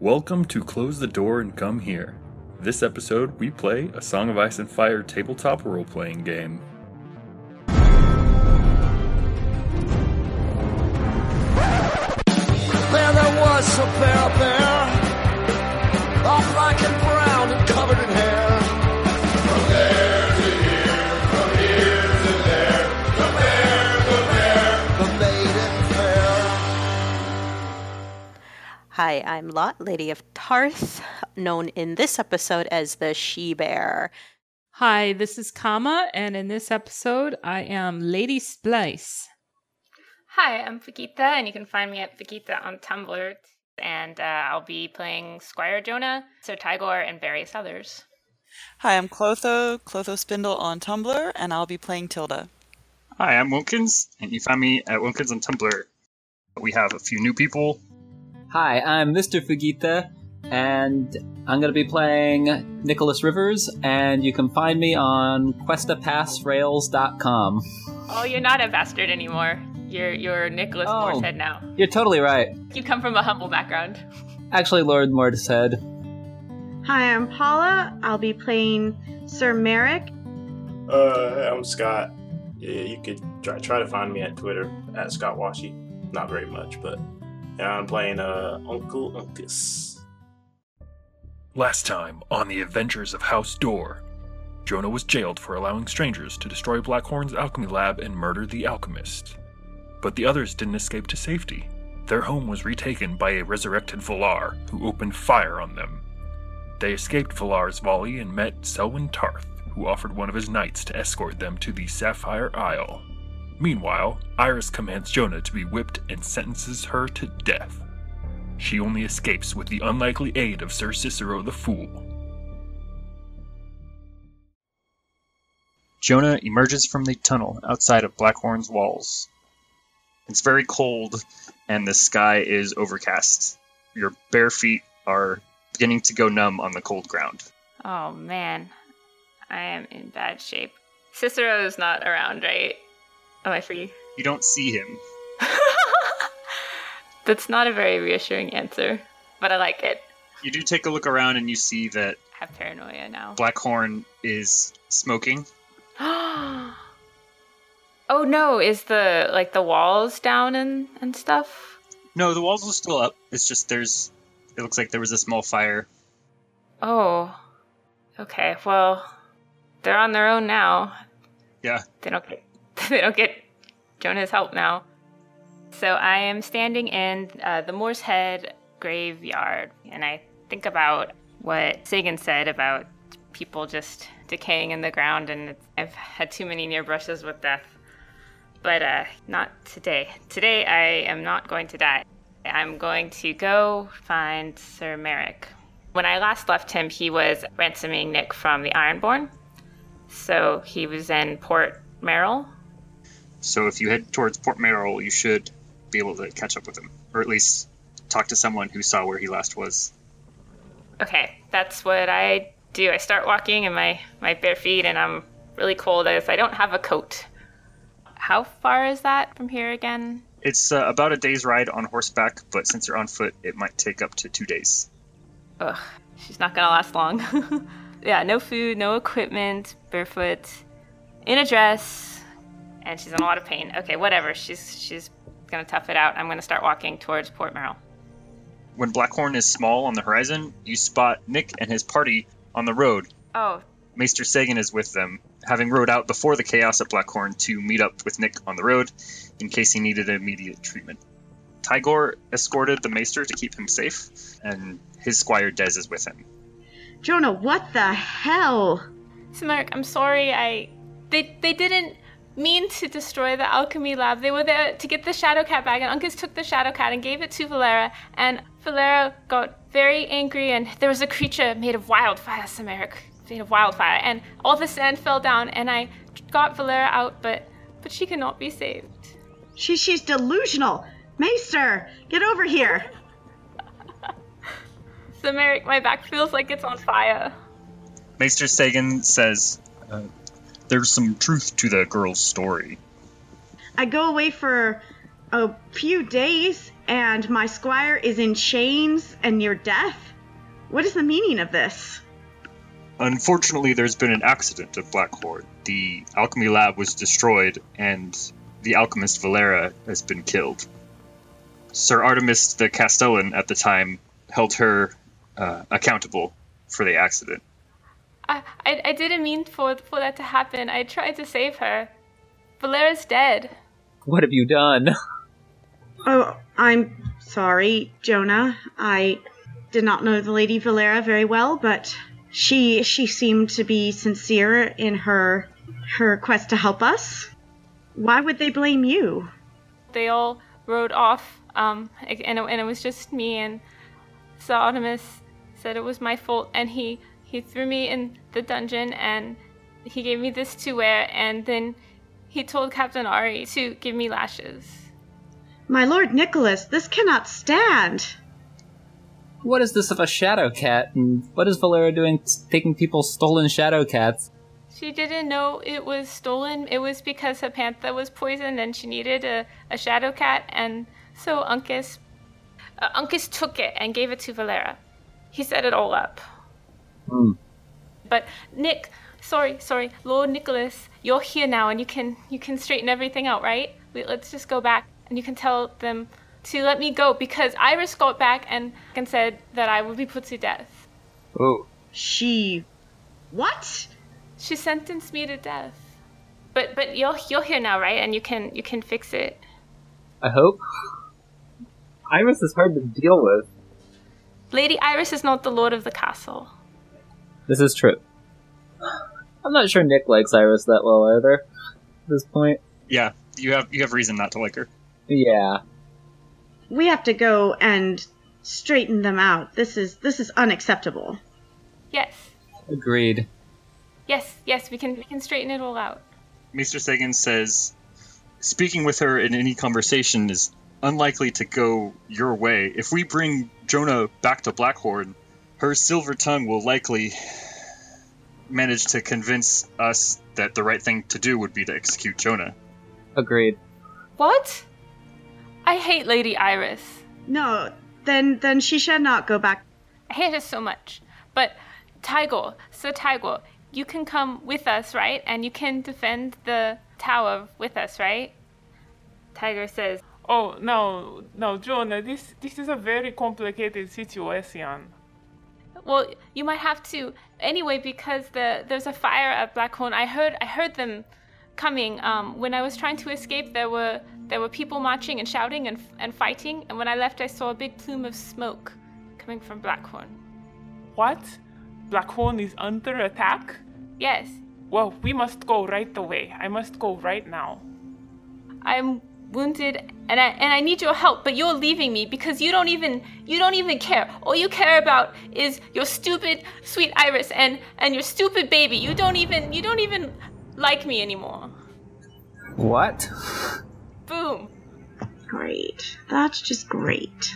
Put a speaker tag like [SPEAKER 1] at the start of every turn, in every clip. [SPEAKER 1] Welcome to Close the Door and Come Here. This episode, we play a Song of Ice and Fire tabletop role playing game.
[SPEAKER 2] There, there was a bear up there, all black and brown and covered in hair. From there to here, from here to there, the bear, the bear, the maiden fair.
[SPEAKER 3] Hi, I'm Lot, Lady of Tarth, known in this episode as the She Bear.
[SPEAKER 4] Hi, this is Kama, and in this episode, I am Lady Splice.
[SPEAKER 5] Hi, I'm Fakita, and you can find me at Fakita on Tumblr. And uh, I'll be playing Squire Jonah, Sir Tigor, and various others.
[SPEAKER 6] Hi, I'm Clotho, Clotho Spindle on Tumblr, and I'll be playing Tilda.
[SPEAKER 7] Hi, I'm Wilkins, and you find me at Wilkins on Tumblr. We have a few new people.
[SPEAKER 8] Hi, I'm Mr. Fugita, and I'm going to be playing Nicholas Rivers, and you can find me on questapassrails.com.
[SPEAKER 5] Oh, you're not a bastard anymore. You're you're Nicholas
[SPEAKER 8] Oh.
[SPEAKER 5] Morsehead now.
[SPEAKER 8] You're totally right.
[SPEAKER 5] You come from a humble background.
[SPEAKER 8] Actually, Lord Mortishead.
[SPEAKER 9] Hi, I'm Paula. I'll be playing Sir Merrick.
[SPEAKER 10] Uh, I'm Scott. Yeah, you could try, try to find me at Twitter at Scott Washi. Not very much, but and I'm playing uh Uncle Uncus.
[SPEAKER 1] Last time on the Adventures of House Door, Jonah was jailed for allowing strangers to destroy Blackhorn's alchemy lab and murder the alchemist. But the others didn't escape to safety. Their home was retaken by a resurrected Valar, who opened fire on them. They escaped Valar's volley and met Selwyn Tarth, who offered one of his knights to escort them to the Sapphire Isle. Meanwhile, Iris commands Jonah to be whipped and sentences her to death. She only escapes with the unlikely aid of Sir Cicero the Fool.
[SPEAKER 7] Jonah emerges from the tunnel outside of Blackhorn's walls. It's very cold, and the sky is overcast. Your bare feet are beginning to go numb on the cold ground.
[SPEAKER 5] Oh man, I am in bad shape. Cicero's not around, right? Am I free?
[SPEAKER 7] You don't see him.
[SPEAKER 5] That's not a very reassuring answer, but I like it.
[SPEAKER 7] You do take a look around, and you see that
[SPEAKER 5] I have paranoia now.
[SPEAKER 7] Blackhorn is smoking.
[SPEAKER 5] oh no, is the like the walls down and and stuff?
[SPEAKER 7] No, the walls are still up. It's just there's. It looks like there was a small fire.
[SPEAKER 5] Oh. Okay. Well, they're on their own now.
[SPEAKER 7] Yeah.
[SPEAKER 5] They don't get they don't get Jonah's help now. So I am standing in uh, the Moore's Head graveyard, and I think about what Sagan said about people just decaying in the ground, and it's, I've had too many near brushes with death. But uh, not today. Today I am not going to die. I'm going to go find Sir Merrick. When I last left him, he was ransoming Nick from the Ironborn. So he was in Port Merrill.
[SPEAKER 7] So if you head towards Port Merrill, you should be able to catch up with him, or at least talk to someone who saw where he last was.
[SPEAKER 5] Okay, that's what I do. I start walking in my, my bare feet and I'm really cold as I don't have a coat. How far is that from here again?
[SPEAKER 7] It's uh, about a day's ride on horseback, but since you're on foot, it might take up to two days.
[SPEAKER 5] Ugh, she's not gonna last long. yeah, no food, no equipment, barefoot, in a dress, and she's in a lot of pain. Okay, whatever. She's she's gonna tough it out. I'm gonna start walking towards Port Merrill.
[SPEAKER 7] When Blackhorn is small on the horizon, you spot Nick and his party on the road.
[SPEAKER 5] Oh,
[SPEAKER 7] Maester Sagan is with them, having rode out before the chaos at Blackhorn to meet up with Nick on the road in case he needed immediate treatment. Tigor escorted the Maester to keep him safe, and his squire Dez is with him.
[SPEAKER 9] Jonah, what the hell?
[SPEAKER 5] Smirk, I'm sorry. I they they didn't mean to destroy the alchemy lab. They were there to get the shadow cat back, and Uncas took the shadow cat and gave it to Valera, and Valera got very angry, and there was a creature made of wildfire, Smirk, made of wildfire, and all the sand fell down, and I got Valera out, but but she cannot be saved.
[SPEAKER 9] She, she's delusional. Maester, get over here.
[SPEAKER 5] Smirk, my back feels like it's on fire.
[SPEAKER 7] Maester Sagan says, uh, "There's some truth to the girl's story."
[SPEAKER 9] I go away for a few days and my squire is in chains and near death? What is the meaning of this?
[SPEAKER 7] Unfortunately, there's been an accident at Black Horde. The alchemy lab was destroyed, and the alchemist Valera has been killed. Sir Artemis the Castellan at the time held her uh, accountable for the accident.
[SPEAKER 5] I, I, I didn't mean for, for that to happen. I tried to save her. Valera's dead.
[SPEAKER 8] What have you done?
[SPEAKER 9] Oh, I'm sorry, Jonah. I did not know the Lady Valera very well, but she she seemed to be sincere in her her quest to help us. Why would they blame you?
[SPEAKER 5] They all rode off, um, and, it, and it was just me and Sir Artemis said it was my fault, and he, he threw me in the dungeon, and he gave me this to wear, and then he told Captain Ari to give me lashes.
[SPEAKER 9] My lord Nicholas, this cannot stand.
[SPEAKER 8] What is this of a shadow cat? And what is Valera doing t- taking people's stolen shadow cats?
[SPEAKER 5] She didn't know it was stolen. It was because her panther was poisoned and she needed a, a shadow cat, and so Uncas, uh, Uncas took it and gave it to Valera. He set it all up.
[SPEAKER 8] Hmm.
[SPEAKER 5] But Nick, sorry, sorry, Lord Nicholas, you're here now, and you can you can straighten everything out, right? We, let's just go back, and you can tell them to let me go because Iris got back and, and said that I would be put to death.
[SPEAKER 8] Oh,
[SPEAKER 9] She what?
[SPEAKER 5] She sentenced me to death. But but you're you're here now, right? And you can you can fix it.
[SPEAKER 8] I hope. Iris is hard to deal with.
[SPEAKER 5] Lady Iris is not the lord of the castle.
[SPEAKER 8] This is true. I'm not sure Nick likes Iris that well either. At this point,
[SPEAKER 7] Yeah, you have you have reason not to like her.
[SPEAKER 8] yeah.
[SPEAKER 9] We have to go and straighten them out. This is this is unacceptable.
[SPEAKER 5] Yes.
[SPEAKER 8] Agreed.
[SPEAKER 5] Yes, yes, we can we can straighten it all out.
[SPEAKER 7] Mr. Sagan says speaking with her in any conversation is unlikely to go your way. If we bring Jonah back to Blackhorn, her silver tongue will likely manage to convince us that the right thing to do would be to execute Jonah.
[SPEAKER 8] Agreed.
[SPEAKER 5] What? I hate Lady Iris.
[SPEAKER 9] No, then then she shall not go back.
[SPEAKER 5] I hate her so much. But Tiger, Sir Tiger, you can come with us, right? And you can defend the tower with us, right? Tiger says,
[SPEAKER 11] Oh no, no, Jonah, this this is a very complicated situation.
[SPEAKER 5] Well, you might have to anyway because the there's a fire at Blackhorn. I heard I heard them coming. Um, when I was trying to escape, there were there were people marching and shouting and and fighting. And when I left, I saw a big plume of smoke coming from Blackhorn.
[SPEAKER 11] What? Blackhorn is under attack?
[SPEAKER 5] Yes,
[SPEAKER 11] Well, we must go right away. I must go right now.
[SPEAKER 5] I'm wounded and I and I need your help, but you're leaving me because you don't even you don't even care. All you care about is your stupid sweet Iris and and your stupid baby. You don't even you don't even like me anymore.
[SPEAKER 8] What?
[SPEAKER 5] Boom.
[SPEAKER 9] Great. That's just great.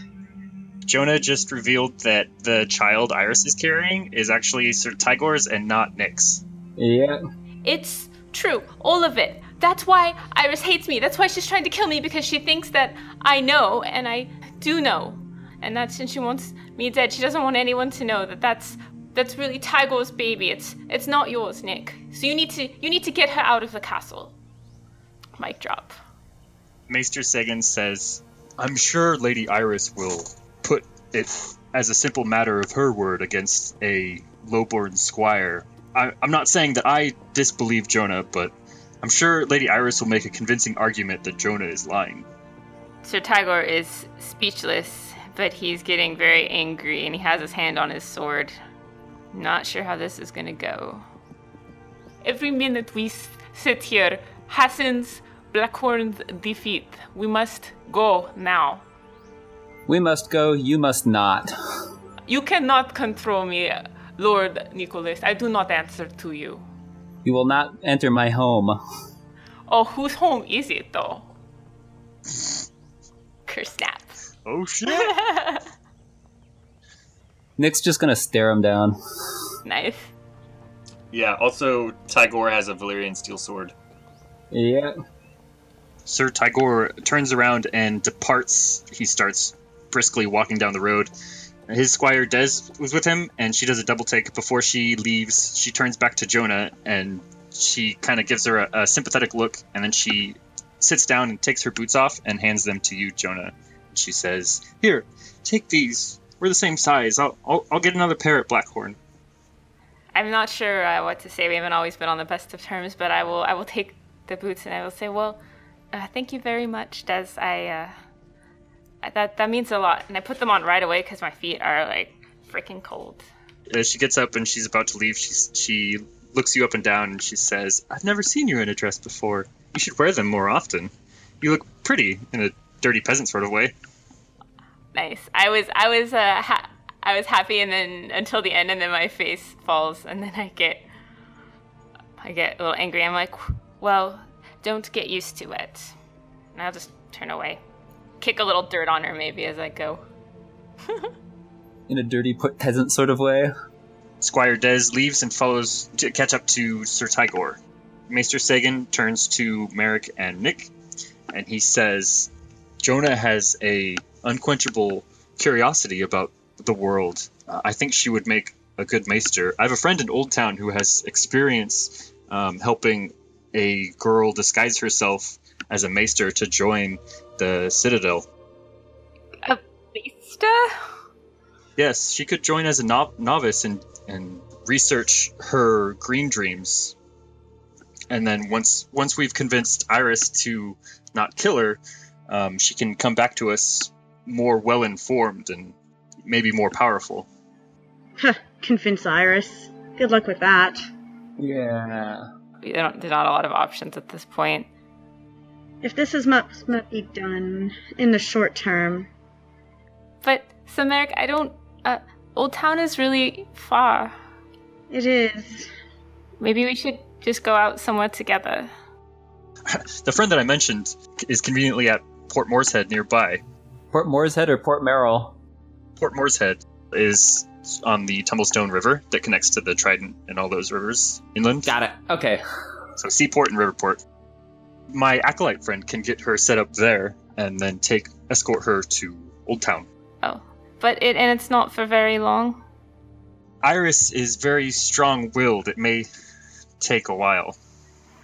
[SPEAKER 7] Jonah just revealed that the child Iris is carrying is actually Sir Tigor's and not Nick's.
[SPEAKER 8] Yeah.
[SPEAKER 5] It's true. All of it. That's why Iris hates me. That's why she's trying to kill me because she thinks that I know and I do know. And that's and she wants me dead. She doesn't want anyone to know that that's that's really Tigor's baby. It's it's not yours, Nick. So you need to you need to get her out of the castle. Mic drop.
[SPEAKER 7] Maester Sagan says, I'm sure Lady Iris will put it as a simple matter of her word against a lowborn squire. I, I'm not saying that I disbelieve Jonah, but I'm sure Lady Iris will make a convincing argument that Jonah is lying.
[SPEAKER 5] Sir Tigor is speechless, but he's getting very angry and he has his hand on his sword. Not sure how this is gonna go.
[SPEAKER 11] Every minute we s- sit here hastens Blackhorn's defeat. We must go now.
[SPEAKER 8] We must go. You must not.
[SPEAKER 11] You cannot control me, Lord Nicholas. I do not answer to you.
[SPEAKER 8] You will not enter my home.
[SPEAKER 11] Oh, whose home is it, though?
[SPEAKER 5] Curse snap.
[SPEAKER 7] Oh shit!
[SPEAKER 8] Nick's just gonna stare him down.
[SPEAKER 5] Nice.
[SPEAKER 7] yeah, also, Tigor has a Valyrian steel sword.
[SPEAKER 8] Yeah.
[SPEAKER 7] Sir Tigor turns around and departs. He starts briskly walking down the road. His squire Des was with him, and she does a double take before she leaves. She turns back to Jonah, and she kind of gives her a, a sympathetic look, and then she sits down and takes her boots off and hands them to you, Jonah. She says, "Here, take these. We're the same size. I'll I'll, I'll get another pair at Blackhorn."
[SPEAKER 5] I'm not sure uh, what to say. We haven't always been on the best of terms, but I will. I will take the boots, and I will say, "Well, uh, thank you very much, Des. I uh, I- that that means a lot." And I put them on right away because my feet are like freaking cold.
[SPEAKER 7] As Uh, she gets up and she's about to leave, she she looks you up and down and she says, "I've never seen you in a dress before. You should wear them more often. You look pretty in a dirty peasant sort of way."
[SPEAKER 5] Nice. I was I was uh, ha- I was happy, and then until the end, and then my face falls, and then I get I get a little angry. I'm like, well, don't get used to it. And I'll just turn away, kick a little dirt on her maybe as I go.
[SPEAKER 8] in a dirty put peasant sort of way.
[SPEAKER 7] Squire Des leaves and follows to catch up to Sir Tigor. Maester Sagan turns to Merrick and Nick, and he says, "Jonah has a unquenchable curiosity about the world. Uh, I think she would make a good maester. I have a friend in Old Town who has experience um, helping a girl disguise herself as a maester to join the Citadel.
[SPEAKER 5] Vista?
[SPEAKER 7] Yes, she could join as a nov- novice and, and research her green dreams. And then once once we've convinced Iris to not kill her, um, she can come back to us more well informed and maybe more powerful.
[SPEAKER 9] Huh, convince Iris. Good luck with that.
[SPEAKER 8] Yeah.
[SPEAKER 5] They don't, there's not a lot of options at this point.
[SPEAKER 9] If this is must must be done in the short term,
[SPEAKER 5] But so Merrick, I don't. Uh, Old Town is really far.
[SPEAKER 9] It is.
[SPEAKER 5] Maybe we should just go out somewhere together.
[SPEAKER 7] The friend that I mentioned is conveniently at Port Moorshead nearby.
[SPEAKER 8] Port Moorshead or Port Merrill?
[SPEAKER 7] Port Moorshead is on the Tumblestone River that connects to the Trident and all those rivers inland.
[SPEAKER 8] Got it. Okay.
[SPEAKER 7] So Seaport and Riverport. My acolyte friend can get her set up there and then take escort her to Old Town.
[SPEAKER 5] Oh, But it and it's not for very long.
[SPEAKER 7] Iris is very strong-willed. It may take a while.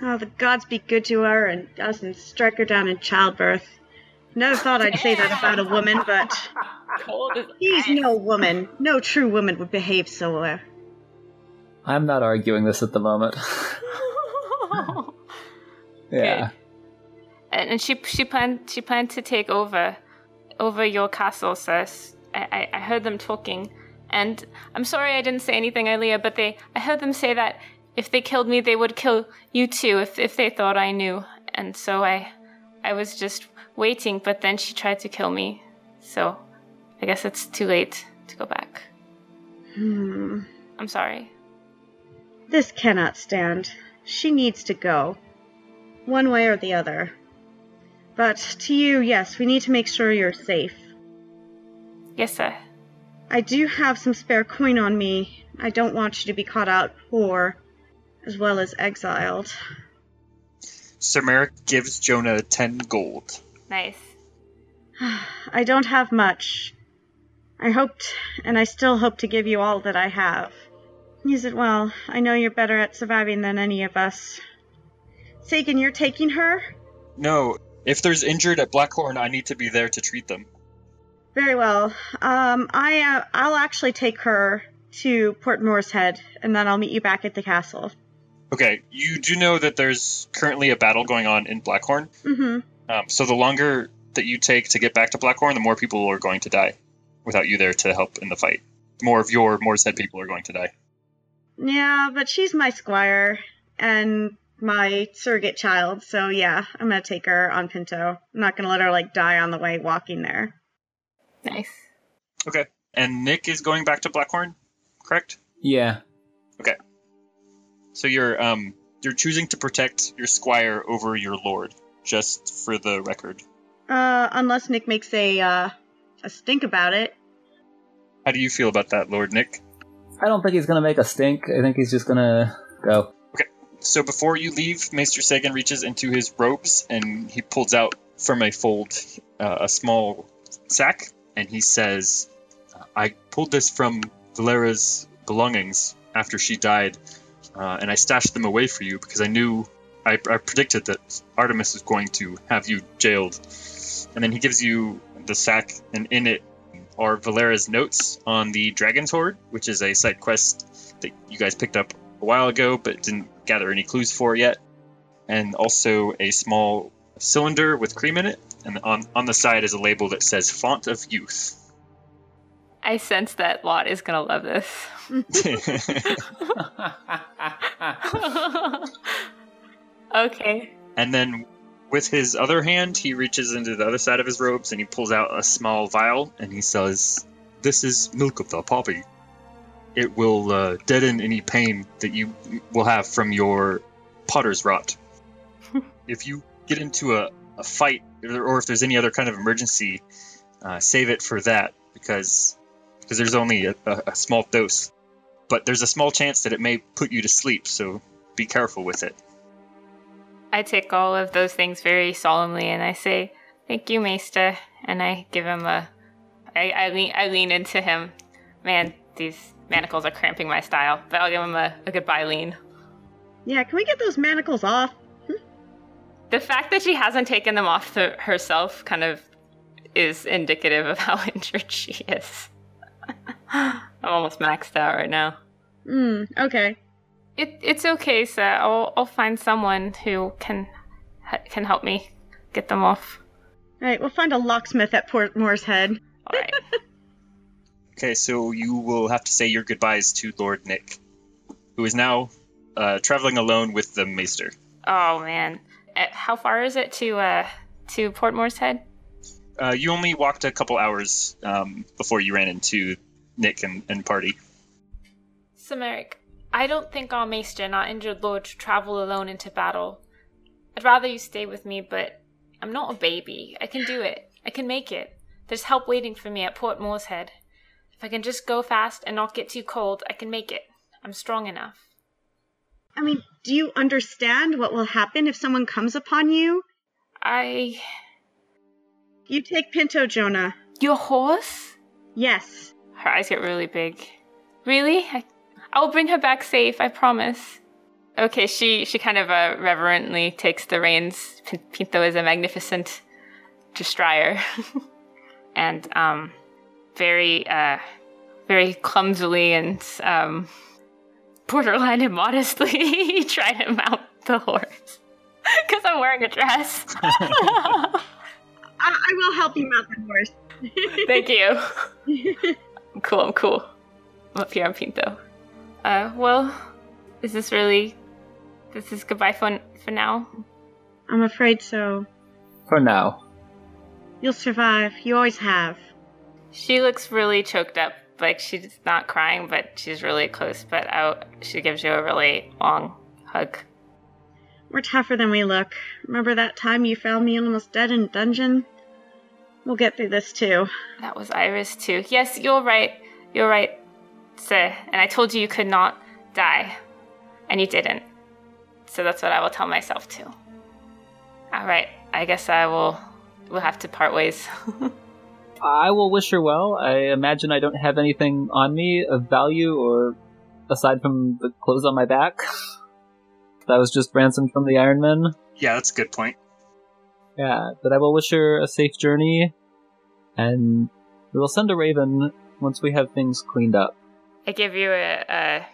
[SPEAKER 9] Oh, the gods be good to her and us and strike her down in childbirth. Never thought I'd say that about a woman, but she's no woman. No true woman would behave so. Uh,
[SPEAKER 8] I'm not arguing this at the moment. yeah.
[SPEAKER 5] And, and she she planned she planned to take over over your castle, sis. I, I, I heard them talking, and I'm sorry I didn't say anything earlier, but they I heard them say that if they killed me, they would kill you too if if they thought I knew. And so I I was just waiting, but then she tried to kill me. So I guess it's too late to go back.
[SPEAKER 9] hmm.
[SPEAKER 5] I'm sorry.
[SPEAKER 9] This cannot stand. She needs to go. One way or the other. But to you, yes, we need to make sure you're safe.
[SPEAKER 5] Yes, sir.
[SPEAKER 9] I do have some spare coin on me. I don't want you to be caught out poor, as well as exiled.
[SPEAKER 7] Sir Merrick gives Jonah ten gold.
[SPEAKER 5] Nice.
[SPEAKER 9] I don't have much. I hoped, and I still hope to give you all that I have. Use it well. I know you're better at surviving than any of us. Sagan, you're taking her?
[SPEAKER 7] No, if there's injured at Blackhorn, I need to be there to treat them.
[SPEAKER 9] Very well. Um, I uh, I'll actually take her to Port Moorshead, and then I'll meet you back at the castle.
[SPEAKER 7] Okay, you do know that there's currently a battle going on in Blackhorn.
[SPEAKER 9] Mm-hmm.
[SPEAKER 7] Um, so the longer that you take to get back to Blackhorn, the more people are going to die without you there to help in the fight. More of your Moorshead people are going to die.
[SPEAKER 9] Yeah, but she's my squire and my surrogate child, so yeah, I'm gonna take her on Pinto. I'm not gonna let her like die on the way walking there.
[SPEAKER 5] Nice.
[SPEAKER 7] Okay, and Nick is going back to Blackhorn, correct?
[SPEAKER 8] Yeah.
[SPEAKER 7] Okay. So you're um you're choosing to protect your squire over your lord, just for the record.
[SPEAKER 9] Uh, unless Nick makes a uh, a stink about it.
[SPEAKER 7] How do you feel about that, Lord Nick?
[SPEAKER 8] I don't think he's gonna make a stink. I think he's just gonna go.
[SPEAKER 7] So before you leave, Maester Sagan reaches into his robes and he pulls out from a fold uh, a small sack and he says, I pulled this from Valera's belongings after she died uh, and I stashed them away for you because I knew, I, I predicted that Artemis was going to have you jailed. And then he gives you the sack and in it are Valera's notes on the Dragon's Horde, which is a side quest that you guys picked up a while ago but didn't gather any clues for yet. And also a small cylinder with cream in it. And on, on the side is a label that says Font of Youth.
[SPEAKER 5] I sense that Lot is gonna love this. okay.
[SPEAKER 7] And then with his other hand, he reaches into the other side of his robes and he pulls out a small vial and he says, This is milk of the poppy. It will uh, deaden any pain that you will have from your potter's rot. if you get into a, a fight or if there's any other kind of emergency, uh, save it for that because because there's only a, a, a small dose. But there's a small chance that it may put you to sleep, so be careful with it.
[SPEAKER 5] I take all of those things very solemnly and I say, Thank you, Maester. And I give him a. I, I, lean, I lean into him. Man, these manacles are cramping my style, but I'll give him a, a goodbye lean.
[SPEAKER 9] Yeah, can we get those manacles off?
[SPEAKER 5] The fact that she hasn't taken them off the, herself kind of is indicative of how injured she is. I'm almost maxed out right now.
[SPEAKER 9] Mm, okay.
[SPEAKER 5] It, it's okay, sir. I'll, I'll find someone who can can help me get them off.
[SPEAKER 9] All right, we'll find a locksmith at Port Moore's Head.
[SPEAKER 5] All right.
[SPEAKER 7] okay, so you will have to say your goodbyes to Lord Nick, who is now uh, traveling alone with the Maester.
[SPEAKER 5] Oh man, Uh, how far is it to uh, to Port Moore's Head?
[SPEAKER 7] Uh, you only walked a couple hours um, before you ran into Nick and, and party.
[SPEAKER 11] Samaric, I don't think our maester and our injured lord should travel alone into battle. I'd rather you stay with me, but I'm not a baby. I can do it. I can make it. There's help waiting for me at Port Moore's Head. If I can just go fast and not get too cold, I can make it. I'm strong enough.
[SPEAKER 9] I mean, do you understand what will happen if someone comes upon you?
[SPEAKER 11] I.
[SPEAKER 9] You take Pinto, Jonah.
[SPEAKER 11] Your horse?
[SPEAKER 9] Yes.
[SPEAKER 5] Her eyes get really big.
[SPEAKER 11] Really? I, I'll bring her back safe, I promise.
[SPEAKER 5] Okay, she she kind of uh, reverently takes the reins. P- Pinto is a magnificent destrier, and um, very uh, very clumsily and um, borderline immodestly try to mount the horse because I'm wearing a dress.
[SPEAKER 9] I, I will help you mount the horse.
[SPEAKER 5] Thank you. I'm cool. I'm cool. I'm up here on Pinto. Uh, well, is this really? This is goodbye for for now.
[SPEAKER 9] I'm afraid so.
[SPEAKER 8] For now.
[SPEAKER 9] You'll survive. You always have.
[SPEAKER 5] She looks really choked up. Like she's not crying, but she's really close. But out, she gives you a really long hug.
[SPEAKER 9] We're tougher than we look. Remember that time you found me almost dead in a dungeon? We'll get through this too.
[SPEAKER 5] That was Iris too. Yes, you're right. You're right, sir. And I told you you could not die, and you didn't. So that's what I will tell myself too. All right. I guess I will. We'll have to part ways.
[SPEAKER 8] I will wish her well. I imagine I don't have anything on me of value or aside from the clothes on my back. that was just ransomed from the Iron Man.
[SPEAKER 7] Yeah, that's a good point.
[SPEAKER 8] Yeah, but I will wish her a safe journey and we will send a raven once we have things cleaned up.
[SPEAKER 5] I give you a, a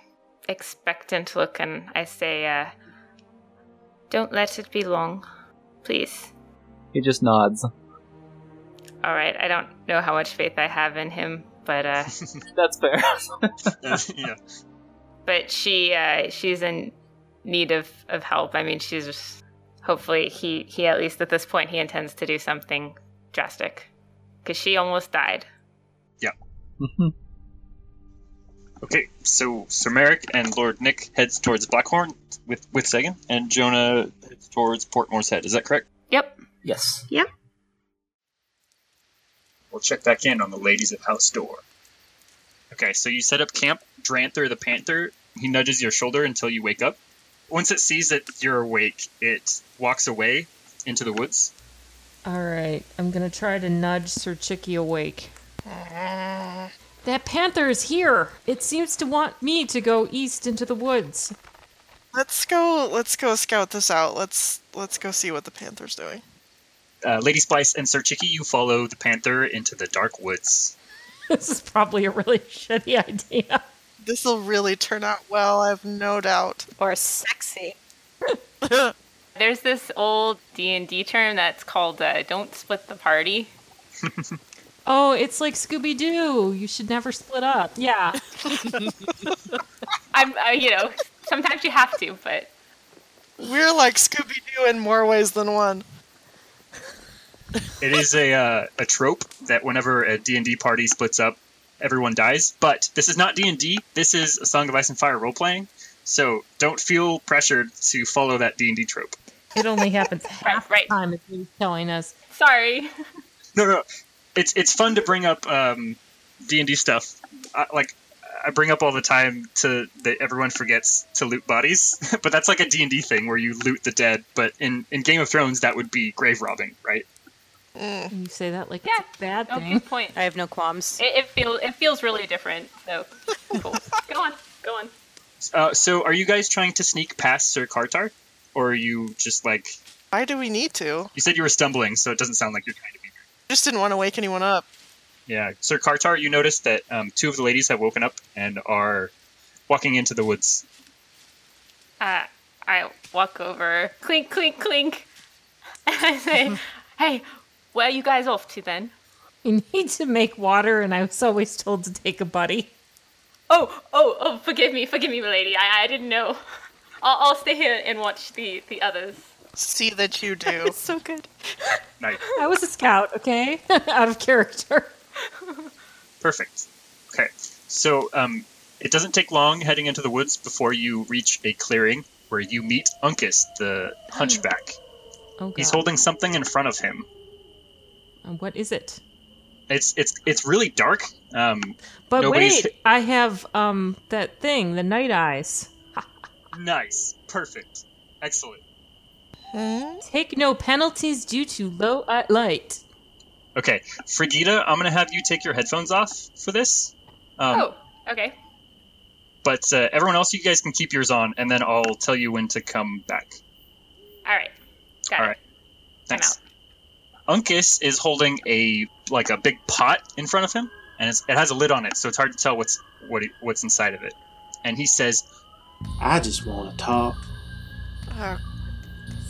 [SPEAKER 5] expectant look, and I say, uh, "Don't let it be long, please."
[SPEAKER 8] He just nods.
[SPEAKER 5] All right. I don't know how much faith I have in him, but uh,
[SPEAKER 8] That's fair.
[SPEAKER 7] yeah.
[SPEAKER 5] but she uh, she's in need of, of help. I mean, she's just- hopefully he he at least at this point he intends to do something drastic because she almost died.
[SPEAKER 8] Mhm.
[SPEAKER 7] Okay, so Sir Merrick and Lord Nick heads towards Blackhorn with with Sagan, and Jonah heads towards Portmore's Head. Is that correct?
[SPEAKER 5] Yep.
[SPEAKER 8] yes.
[SPEAKER 9] Yep.
[SPEAKER 7] We'll check back in on the ladies of House Door. Okay, so you set up camp. Dranther the Panther, he nudges your shoulder until you wake up, Once it sees that you're awake, it walks away into the woods.
[SPEAKER 4] All right, I'm gonna try to nudge Sir Chicky awake. That panther is here. It seems to want me to go east into the woods.
[SPEAKER 6] Let's go. Let's go scout this out. Let's let's go see what the panther's doing.
[SPEAKER 7] Uh, Lady Splice and Sir Chicky, you follow the panther into the dark woods.
[SPEAKER 4] This is probably a really shitty idea.
[SPEAKER 6] This will really turn out well. I have no doubt.
[SPEAKER 3] Or sexy.
[SPEAKER 5] There's this old D and D term that's called uh, "don't split the party."
[SPEAKER 4] Oh, it's like Scooby Doo. You should never split up. Yeah.
[SPEAKER 5] I'm, uh, you know, sometimes you have to, but
[SPEAKER 6] We're like Scooby Doo in more ways than one.
[SPEAKER 7] It is a uh, a trope that whenever a D and D party splits up, everyone dies. But this is not D and D. This is a Song of Ice and Fire role playing. So don't feel pressured to follow that D and D trope.
[SPEAKER 4] It only happens half the time. Is what he's telling us.
[SPEAKER 5] sorry.
[SPEAKER 7] No, no, it's it's fun to bring up um D and D stuff. I, like I bring up all the time to that everyone forgets to loot bodies, but that's like a D and D thing where you loot the dead. But in in Game of Thrones, that would be grave robbing, right?
[SPEAKER 6] Mm.
[SPEAKER 4] You say that like
[SPEAKER 5] Yeah,
[SPEAKER 4] it's a bad
[SPEAKER 5] Oh,
[SPEAKER 4] thing.
[SPEAKER 5] good point.
[SPEAKER 3] I have no qualms.
[SPEAKER 5] It, it feels it feels really different. So cool. go on, go on.
[SPEAKER 7] Uh, so are you guys trying to sneak past Sir Kartar, or are you just like
[SPEAKER 6] Why do we need to?
[SPEAKER 7] you said you were stumbling? So it doesn't sound like you're trying to be.
[SPEAKER 6] Just didn't want to wake anyone up.
[SPEAKER 7] Yeah, Sir Kartar, you notice that um, two of the ladies have woken up and are walking into the woods.
[SPEAKER 5] Uh, I walk over, clink, clink, clink, and I say, "Hey, where are you guys off to then?"
[SPEAKER 4] You need to make water, and I was always told to take a buddy.
[SPEAKER 5] Oh, oh, oh! Forgive me, forgive me, milady. I, I didn't know. I'll, I'll stay here and watch the the others.
[SPEAKER 6] See that you do.
[SPEAKER 4] So good.
[SPEAKER 7] Nice.
[SPEAKER 4] I was a scout, okay? Out of character.
[SPEAKER 7] Perfect. Okay. So um, it doesn't take long heading into the woods before you reach a clearing where you meet Uncas, the hunchback.
[SPEAKER 4] Oh, God.
[SPEAKER 7] He's holding something in front of him.
[SPEAKER 4] And What is it?
[SPEAKER 7] It's it's it's really dark. Um,
[SPEAKER 4] But
[SPEAKER 7] Nobody's-
[SPEAKER 4] wait, I have um that thing, the night eyes.
[SPEAKER 7] nice, perfect, excellent.
[SPEAKER 4] Take no penalties due to low uh, light.
[SPEAKER 7] Okay, Frigida, I'm gonna have you take your headphones off for this. Um,
[SPEAKER 5] oh, okay.
[SPEAKER 7] But uh, everyone else, you guys can keep yours on, and then I'll tell you when to come back.
[SPEAKER 5] All right. Got
[SPEAKER 7] All
[SPEAKER 5] it.
[SPEAKER 7] right. Thanks. Uncas is holding a like a big pot in front of him, and it's, it has a lid on it, so it's hard to tell what's what he- what's inside of it. And he says,
[SPEAKER 12] I just want to talk
[SPEAKER 6] Oh,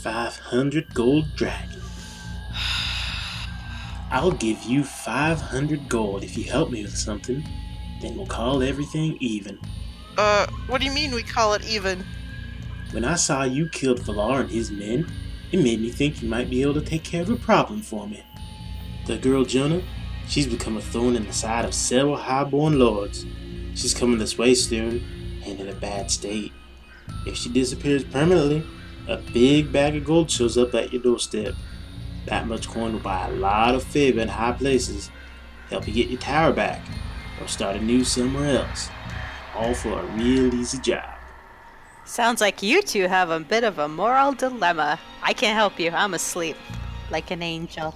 [SPEAKER 12] 500 gold dragon. I'll give you 500 gold if you help me with something. Then we'll call everything even.
[SPEAKER 6] Uh, what do you mean we call it even?
[SPEAKER 12] When I saw you killed Valar and his men, it made me think you might be able to take care of a problem for me. The girl Jonah, she's become a thorn in the side of several highborn lords. She's coming this way soon, and in a bad state. If she disappears permanently, a big bag of gold shows up at your doorstep. That much coin will buy a lot of favor in high places, help you get your tower back, or start a new somewhere else. All for a real easy job.
[SPEAKER 3] Sounds like you two have a bit of a moral dilemma. I can't help you. I'm asleep. Like an angel.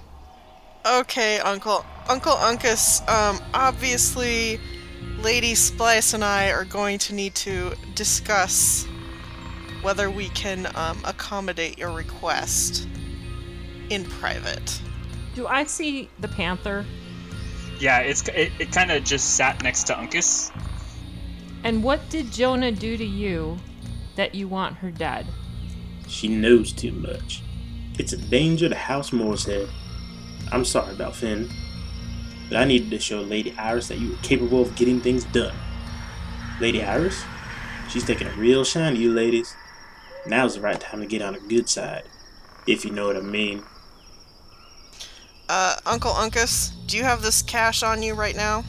[SPEAKER 6] Okay, Uncle Uncle Uncas. Um, obviously, Lady Splice and I are going to need to discuss whether we can um, accommodate your request in private.
[SPEAKER 4] Do I see the panther?
[SPEAKER 7] "Yeah, it's it, it kind of just sat next to Uncas.
[SPEAKER 4] And what did Jonah do to you that you want her dead?
[SPEAKER 12] She knows too much. It's a danger to House Moore's head. I'm sorry about Finn, but I needed to show Lady Iris that you were capable of getting things done. Lady Iris? She's taking a real shine to you ladies. Now's the right time to get on her good side, if you know what I mean.
[SPEAKER 6] Uh, Uncle Uncas, do you have this cash on you right now?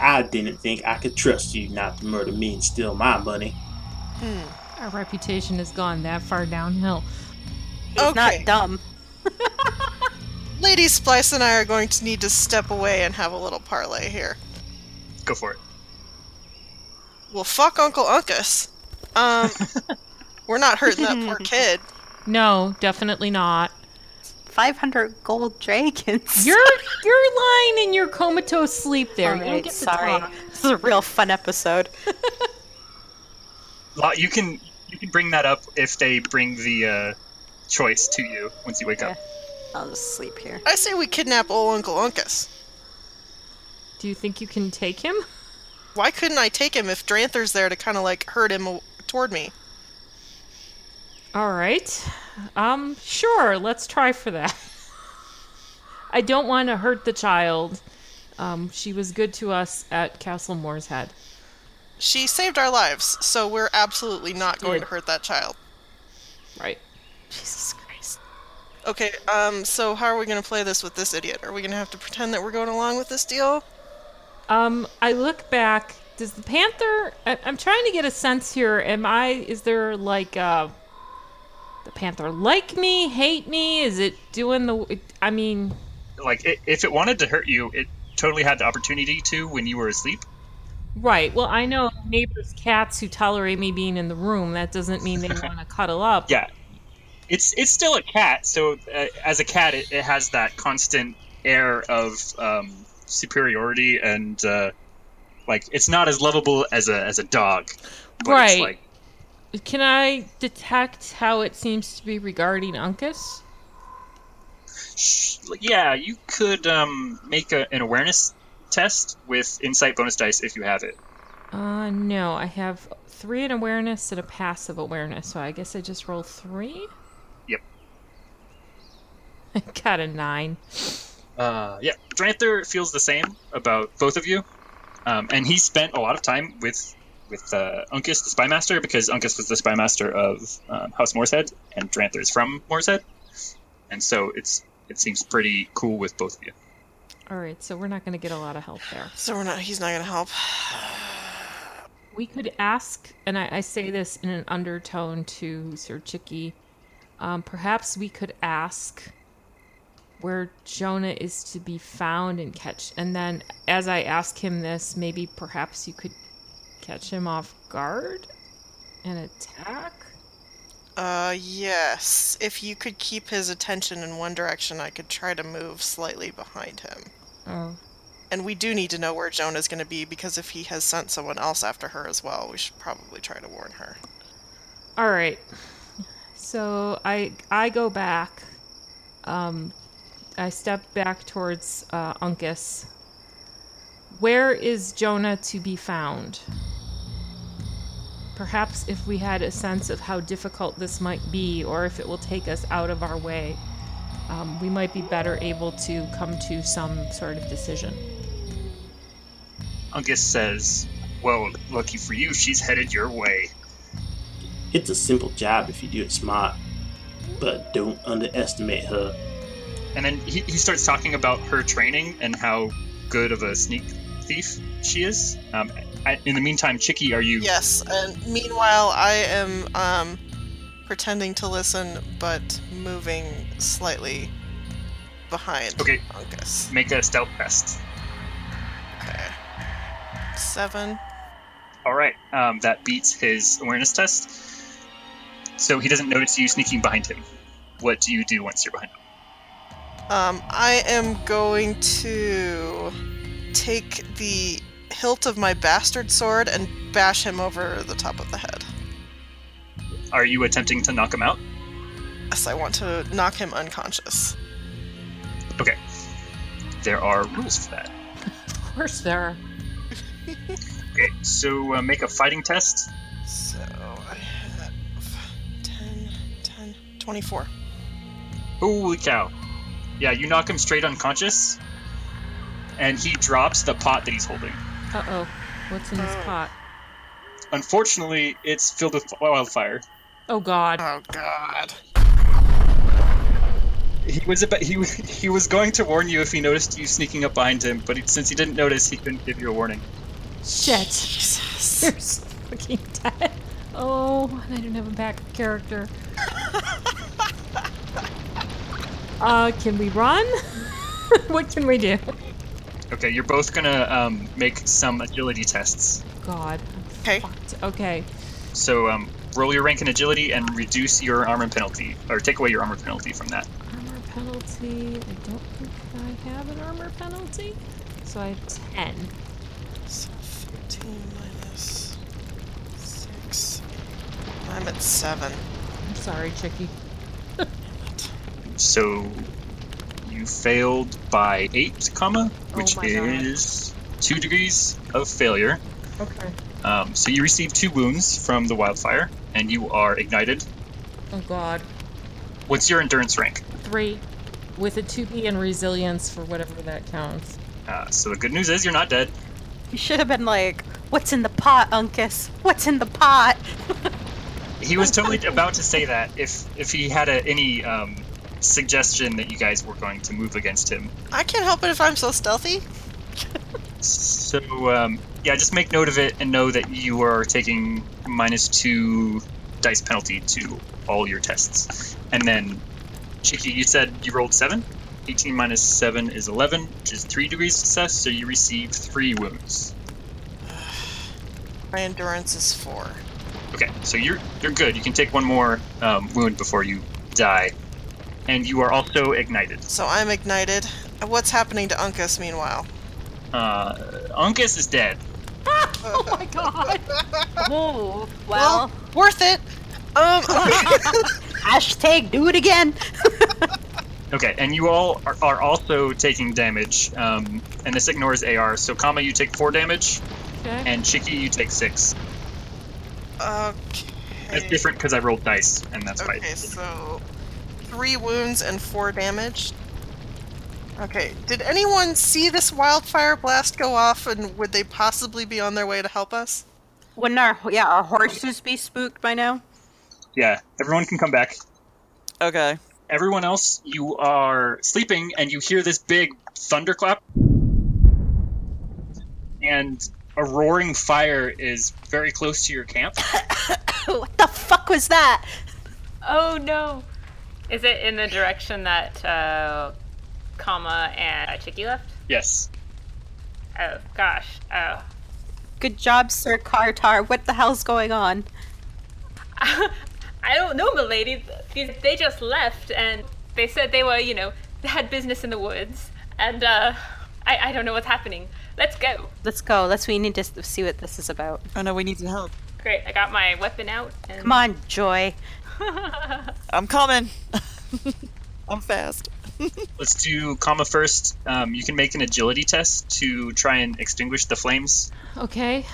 [SPEAKER 12] I didn't think I could trust you not to murder me and steal my money.
[SPEAKER 3] Hmm.
[SPEAKER 4] Our reputation has gone that far downhill.
[SPEAKER 3] He's not dumb.
[SPEAKER 6] Lady Splice and I are going to need to step away and have a little parlay here.
[SPEAKER 7] Go for it."
[SPEAKER 6] Well, fuck Uncle Uncas. Um, We're not hurting that poor kid.
[SPEAKER 4] No, definitely not.
[SPEAKER 3] 500 gold dragons.
[SPEAKER 4] You're you're lying in your comatose sleep there.
[SPEAKER 3] All
[SPEAKER 4] You don't
[SPEAKER 3] right,
[SPEAKER 4] get to
[SPEAKER 3] sorry.
[SPEAKER 4] talk.
[SPEAKER 3] This is a real fun episode.
[SPEAKER 7] Law, you can you can bring that up if they bring the uh, choice to you once you wake up.
[SPEAKER 3] I'll just sleep here.
[SPEAKER 6] I say we kidnap old Uncle Unkus.
[SPEAKER 4] Do you think you can take him?
[SPEAKER 6] Why couldn't I take him if Dranther's there to kind of like herd him aw- toward me?
[SPEAKER 4] All right. Um, sure. Let's try for that. I don't want to hurt the child. Um, she was good to us at Castle Moore's Head.
[SPEAKER 6] She saved our lives, so we're absolutely not going to
[SPEAKER 4] did.
[SPEAKER 6] hurt that child.
[SPEAKER 4] Right.
[SPEAKER 3] Jesus Christ.
[SPEAKER 6] Okay, um, so how are we going to play this with this idiot? Are we going to have to pretend that we're going along with this deal?
[SPEAKER 4] Um, I look back. Does the panther? I- I'm trying to get a sense here. Am I? Is there like uh, the panther like me, hate me? Is it doing the? I mean,
[SPEAKER 7] Like i if it wanted to hurt you, it totally had the opportunity to when you were asleep.
[SPEAKER 4] right. Well, I know neighbors' cats who tolerate me being in the room. That doesn't mean they want to cuddle up.
[SPEAKER 7] Yeah, it's it's still a cat. So uh, as a cat, it, it has that constant air of um, superiority and uh, like it's not as lovable as a as a dog. But
[SPEAKER 4] Right.
[SPEAKER 7] It's like,
[SPEAKER 4] Can I detect how it seems to be regarding Uncas?
[SPEAKER 7] sh- yeah, you could um, make a, an awareness test with insight bonus dice if you have it.
[SPEAKER 4] Uh, no. I have three in awareness and a passive awareness, so I guess I just roll three.
[SPEAKER 7] Yep.
[SPEAKER 4] I got a nine.
[SPEAKER 7] Uh, yeah, Dranther feels the same about both of you, um, and he spent a lot of time with with uh, Uncas, the spy master, because Uncas was the spy master of um, House Morsehead, and Dranther is from Morsehead, and so it's it seems pretty cool with both of you.
[SPEAKER 4] All right, so we're not going to get a lot of help there.
[SPEAKER 6] So we're not, he's not going to help.
[SPEAKER 4] We could ask, and I, I say this in an undertone to Sir Chicky, um, perhaps we could ask where Jonah is to be found and catch. And then as I ask him this, maybe perhaps you could catch him off guard and attack?
[SPEAKER 6] Uh, yes. If you could keep his attention in one direction, I could try to move slightly behind him.
[SPEAKER 4] Oh.
[SPEAKER 6] And we do need to know where Jonah's going to be because if he has sent someone else after her as well, we should probably try to warn her.
[SPEAKER 4] All right. So I I go back. Um, I step back towards uh, Uncas. Where is Jonah to be found? Perhaps if we had a sense of how difficult this might be, or if it will take us out of our way, um, we might be better able to come to some sort of decision.
[SPEAKER 7] Uncas says, "Well, lucky for you, she's headed your way."
[SPEAKER 12] It's a simple job if you do it smart, but don't underestimate her.
[SPEAKER 7] And then he, he starts talking about her training and how good of a sneak thief she is. Um, I, in the meantime, Chicky, are you?
[SPEAKER 6] Yes, and meanwhile, I am um, pretending to listen but moving slightly behind
[SPEAKER 7] Okay,
[SPEAKER 6] Uncas.
[SPEAKER 7] make a stealth test.
[SPEAKER 6] Okay. Seven.
[SPEAKER 7] All right, um, that beats his awareness test. So he doesn't notice you sneaking behind him. What do you do once you're behind him?
[SPEAKER 6] Um, I am going to take the hilt of my bastard sword and bash him over the top of the head.
[SPEAKER 7] Are you attempting to knock him out?
[SPEAKER 6] Yes, I want to knock him unconscious.
[SPEAKER 7] Okay. There are rules for that.
[SPEAKER 4] Of course, there. Are.
[SPEAKER 7] Okay, so uh, make a fighting test.
[SPEAKER 6] So I have 10, 10, 24.
[SPEAKER 7] Holy cow! Yeah, you knock him straight unconscious, and he drops the pot that he's holding.
[SPEAKER 4] Uh oh. What's in this pot?
[SPEAKER 7] Unfortunately, it's filled with wildfire.
[SPEAKER 4] Oh God.
[SPEAKER 6] Oh, God.
[SPEAKER 7] He was about, he was- he was going to warn you if he noticed you sneaking up behind him, but he, since he didn't notice, he couldn't give you a warning.
[SPEAKER 4] Shit. You're so fucking dead. Oh, and I didn't have a back character. uh, can we run? what can we do?
[SPEAKER 7] Okay, you're both gonna um, make some agility tests.
[SPEAKER 4] God. I'm
[SPEAKER 6] Okay.
[SPEAKER 4] fucked. Okay.
[SPEAKER 7] So, um, Roll your rank in agility and reduce your armor penalty, or take away your armor penalty from that.
[SPEAKER 4] Armor penalty. I don't think I have an armor penalty. So I have 10.
[SPEAKER 6] So 15 minus 6. I'm at 7.
[SPEAKER 4] I'm sorry, Chicky.
[SPEAKER 7] So you failed by eight, comma, which
[SPEAKER 4] Oh my God.
[SPEAKER 7] is two degrees of failure.
[SPEAKER 4] Okay.
[SPEAKER 7] Um, so you receive two wounds from the wildfire, and you are ignited.
[SPEAKER 4] Oh god.
[SPEAKER 7] What's your endurance rank?
[SPEAKER 4] Three. With a 2B and resilience for whatever that counts.
[SPEAKER 7] Uh, so the good news is you're not dead.
[SPEAKER 3] You should have been like, "What's in the pot, Uncas? What's in the pot?"
[SPEAKER 7] He was totally about to say that if if he had a, any um, suggestion that you guys were going to move against him.
[SPEAKER 6] I can't help it if I'm so stealthy.
[SPEAKER 7] So um, yeah, just make note of it and know that you are taking minus two dice penalty to all your tests. And then, Chiki, you said you rolled seven. 18 minus 7 is 11, which is 3 degrees of success, so you receive 3 wounds.
[SPEAKER 6] My endurance is 4.
[SPEAKER 7] Okay, so you're you're good. You can take one more um, wound before you die, and you are also ignited.
[SPEAKER 6] So I'm ignited. What's happening to Uncas meanwhile?
[SPEAKER 7] Uh, Uncas is dead.
[SPEAKER 4] oh my god.
[SPEAKER 3] oh, well,
[SPEAKER 6] Worth it! Um,
[SPEAKER 3] hashtag do it again.
[SPEAKER 7] Okay, and you all are, are also taking damage, um, and this ignores AR. So, Kama, you take four damage,
[SPEAKER 4] Okay.
[SPEAKER 7] and Chiki, you take six.
[SPEAKER 6] okay.
[SPEAKER 7] That's different because I rolled dice, and that's why.
[SPEAKER 6] Okay, so three wounds and four damage. Okay, did anyone see this wildfire blast go off and would they possibly be on their way to help us?
[SPEAKER 3] Wouldn't our yeah our horses be spooked by now?
[SPEAKER 7] Yeah, everyone can come back.
[SPEAKER 13] Okay.
[SPEAKER 7] Everyone else, you are sleeping, and you hear this big thunderclap, and a roaring fire is very close to your camp.
[SPEAKER 3] what the fuck was that?
[SPEAKER 5] Oh no! Is it in the direction that uh, Kama and uh, Chicky left?
[SPEAKER 7] Yes.
[SPEAKER 5] Oh gosh. Oh.
[SPEAKER 3] Good job, Sir Kartar. What the hell's going on?
[SPEAKER 5] I don't know, milady. Because they just left, and they said they were, you know, they had business in the woods, and uh, I, I don't know what's happening. Let's go.
[SPEAKER 3] Let's go. Let's we need to s- see what this is about.
[SPEAKER 13] Oh no, we need to help.
[SPEAKER 5] Great. I got my weapon out. And... Uh,
[SPEAKER 3] Come on, Joy.
[SPEAKER 13] I'm coming. I'm fast.
[SPEAKER 7] Let's do Kama first. Um, you can make an agility test to try and extinguish the flames.
[SPEAKER 4] Okay.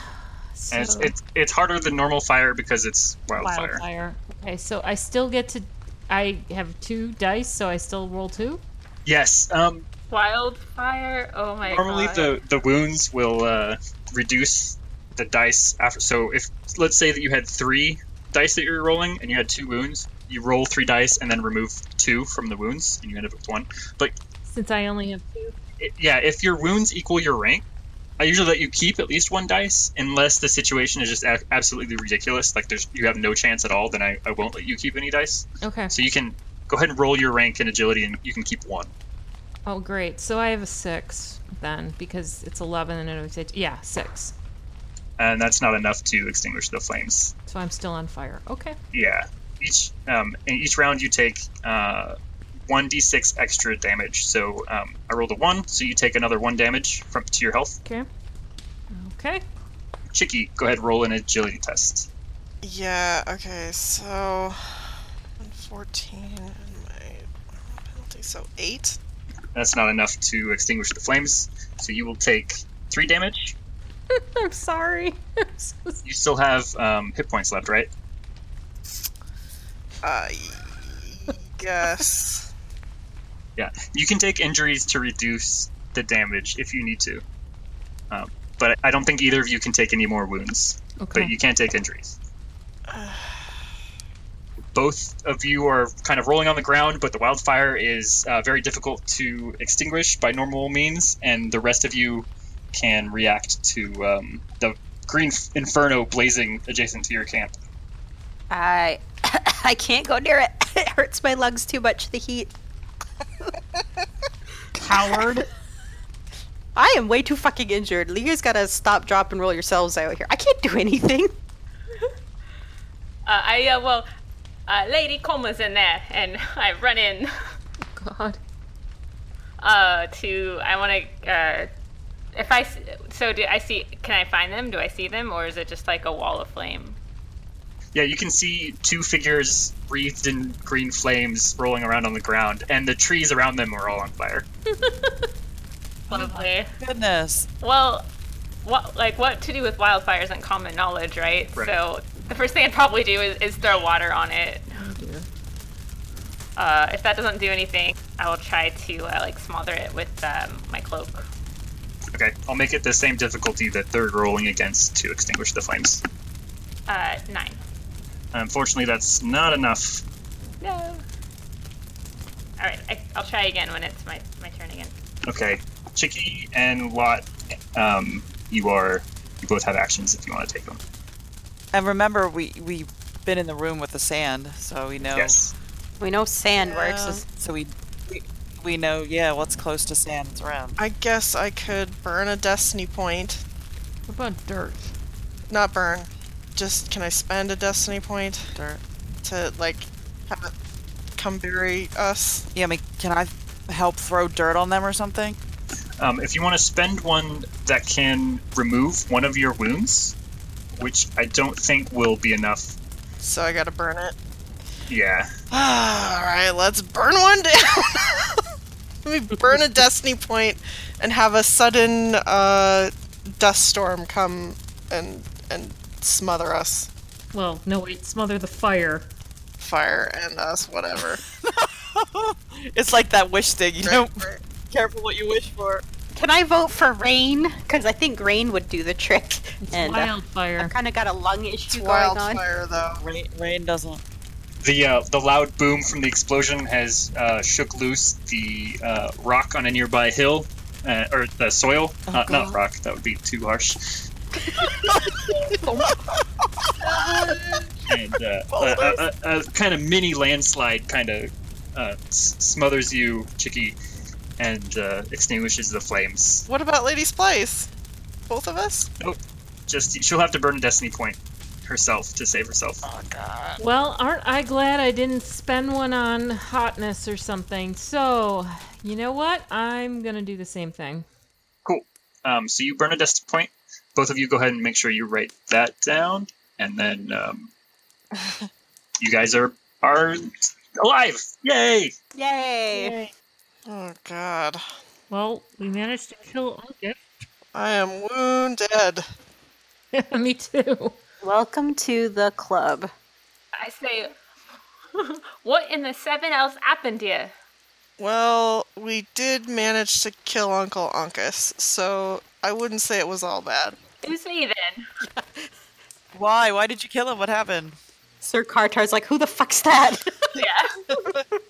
[SPEAKER 4] So
[SPEAKER 7] And it's, it's it's harder than normal fire because it's wildfire.
[SPEAKER 4] wildfire. Okay, so I still get to I have two dice, so I still roll two.
[SPEAKER 7] Yes. Um,
[SPEAKER 5] Wildfire. Oh my
[SPEAKER 7] normally
[SPEAKER 5] god.
[SPEAKER 7] the the wounds will uh, reduce the dice after. So if let's say that you had three dice that you're rolling and you had two wounds, you roll three dice and then remove two from the wounds, and you end up with one. But
[SPEAKER 4] Since I only have two.
[SPEAKER 7] it- yeah, if your wounds equal your rank, I usually let you keep at least one dice, unless the situation is just a- absolutely ridiculous. Like there's you have no chance at all, then I, I won't let you keep any dice.
[SPEAKER 4] Okay.
[SPEAKER 7] So you can go ahead and roll your rank and agility, and you can keep one.
[SPEAKER 4] Oh great. So I have a six then because it's eleven and it was eight. Yeah, six.
[SPEAKER 7] And that's not enough to extinguish the flames.
[SPEAKER 4] So I'm still on fire. Okay.
[SPEAKER 7] Yeah. Each um, in each round you take uh, one d6 extra damage. So um, I rolled a one, so you take another one damage from to your health.
[SPEAKER 4] Okay. Okay.
[SPEAKER 7] Chicky, go ahead roll an agility test.
[SPEAKER 6] Yeah, okay, so 14 and my armor penalty, so 8.
[SPEAKER 7] That's not enough to extinguish the flames, so you will take three damage.
[SPEAKER 4] I'm sorry. I'm so s-
[SPEAKER 7] You still have um, hit points left, right?
[SPEAKER 6] I guess.
[SPEAKER 7] Yeah. You can take injuries to reduce the damage if you need to, um, but I don't think either of you can take any more wounds.
[SPEAKER 4] Okay.
[SPEAKER 7] but you can't take injuries. Both of you are kind of rolling on the ground, but the wildfire is uh, very difficult to extinguish by normal means, and the rest of you can react to um, the green f- inferno blazing adjacent to your camp.
[SPEAKER 3] I I can't go near it. It hurts my lungs too much. The heat.
[SPEAKER 4] Coward.
[SPEAKER 3] I am way too fucking injured. You guys gotta stop, drop, and roll yourselves out here. I can't do anything.
[SPEAKER 5] Uh, I, uh, well, uh, Lady Coma's in there, and I run in.
[SPEAKER 4] God.
[SPEAKER 5] Uh, to, I want to, uh, if I, s- so do I see, can I find them? Do I see them? Or is it just like a wall of flame?
[SPEAKER 7] Yeah, you can see two figures wreathed in green flames rolling around on the ground, and the trees around them are all on fire.
[SPEAKER 5] Lovely.
[SPEAKER 13] Goodness.
[SPEAKER 5] Well, what, like, what to do with wildfire isn't common knowledge, right?
[SPEAKER 13] Right.
[SPEAKER 5] So the first thing I'd probably do is, is throw water on it.
[SPEAKER 6] Oh,
[SPEAKER 5] Uh, if that doesn't do anything, I will try to, uh, like, smother it with um, my cloak.
[SPEAKER 7] Okay, I'll make it the same difficulty that they're rolling against to extinguish the flames.
[SPEAKER 5] Uh, nine.
[SPEAKER 7] Unfortunately, that's not enough.
[SPEAKER 5] No. All right, I, I'll try again when it's my, my turn again.
[SPEAKER 7] Okay, Chicky and Lot, um, you are you both have actions if you want to take them.
[SPEAKER 13] And remember, we we've been in the room with the sand, so we know.
[SPEAKER 7] Yes.
[SPEAKER 3] We know sand works.
[SPEAKER 13] Yeah.
[SPEAKER 3] Is-
[SPEAKER 13] So we, we we know yeah what's close to sand is around.
[SPEAKER 6] I guess I could burn a destiny point.
[SPEAKER 4] What about dirt?
[SPEAKER 6] Not burn. Just can I spend a destiny point? Dirt. To like have it come bury us.
[SPEAKER 13] Yeah, I mean, can I help throw dirt on them or something?
[SPEAKER 7] Um, if you want to spend one that can remove one of your wounds, which I don't think will be enough.
[SPEAKER 6] So I gotta burn it.
[SPEAKER 7] Yeah.
[SPEAKER 6] Alright, let's burn one down. Let me burn a destiny point and have a sudden uh, dust storm come and and smother us.
[SPEAKER 4] Well, no, wait, smother the fire.
[SPEAKER 6] Fire and us, whatever.
[SPEAKER 13] It's like that wish thing, you know.
[SPEAKER 3] Careful what you wish for. Can I vote for rain? Because I think rain would do the trick. and uh,
[SPEAKER 4] wildfire.
[SPEAKER 3] I've kind of got a lung issue going
[SPEAKER 6] on. though.
[SPEAKER 13] Rain, rain doesn't.
[SPEAKER 7] The uh, the loud boom from the explosion has uh, shook loose the uh, rock on a nearby hill, uh, or the soil. uh, not
[SPEAKER 13] God.
[SPEAKER 7] rock. That would be too harsh. and uh, a, a, a, a kind of mini landslide kind of uh, s- smothers you, Chicky, and uh, extinguishes the flames.
[SPEAKER 6] What about Lady Splice? Both of us?
[SPEAKER 7] Nope. Just she'll have to burn a destiny point herself to save herself. Oh god.
[SPEAKER 4] Well, aren't I glad I didn't spend one on hotness or something? So, you know what? I'm gonna do the same thing.
[SPEAKER 7] Cool. Um, so you burn a destiny point. Both of you go ahead and make sure you write that down, and then um, you guys are are alive. Yay!
[SPEAKER 3] Yay!
[SPEAKER 6] Oh god.
[SPEAKER 4] Well, we managed to kill Unkit.
[SPEAKER 6] I am wounded.
[SPEAKER 4] Me too.
[SPEAKER 3] Welcome to the club.
[SPEAKER 5] I say, what in the seven else happened here?
[SPEAKER 6] Well, we did manage to kill Uncle Uncus, so I wouldn't say it was all bad.
[SPEAKER 5] Who's me then?
[SPEAKER 13] Why? Why did you kill him? What happened?
[SPEAKER 3] Sir Cartar's like, who the fuck's that?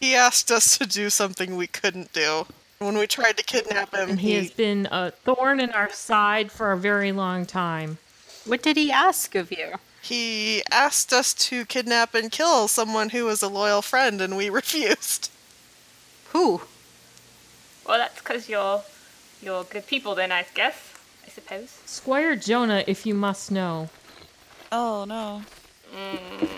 [SPEAKER 6] He asked us to do something we couldn't do. When we tried to kidnap him,
[SPEAKER 4] And he has
[SPEAKER 6] he
[SPEAKER 4] been a thorn in our side for a very long time.
[SPEAKER 3] What did he ask of you?
[SPEAKER 6] he asked us to kidnap and kill someone who was a loyal friend, and we refused.
[SPEAKER 3] Who?
[SPEAKER 5] Well, that's because you're, you're good people then, I guess. I suppose.
[SPEAKER 4] Squire Jonah, if you must know.
[SPEAKER 13] Oh no.
[SPEAKER 5] Mm,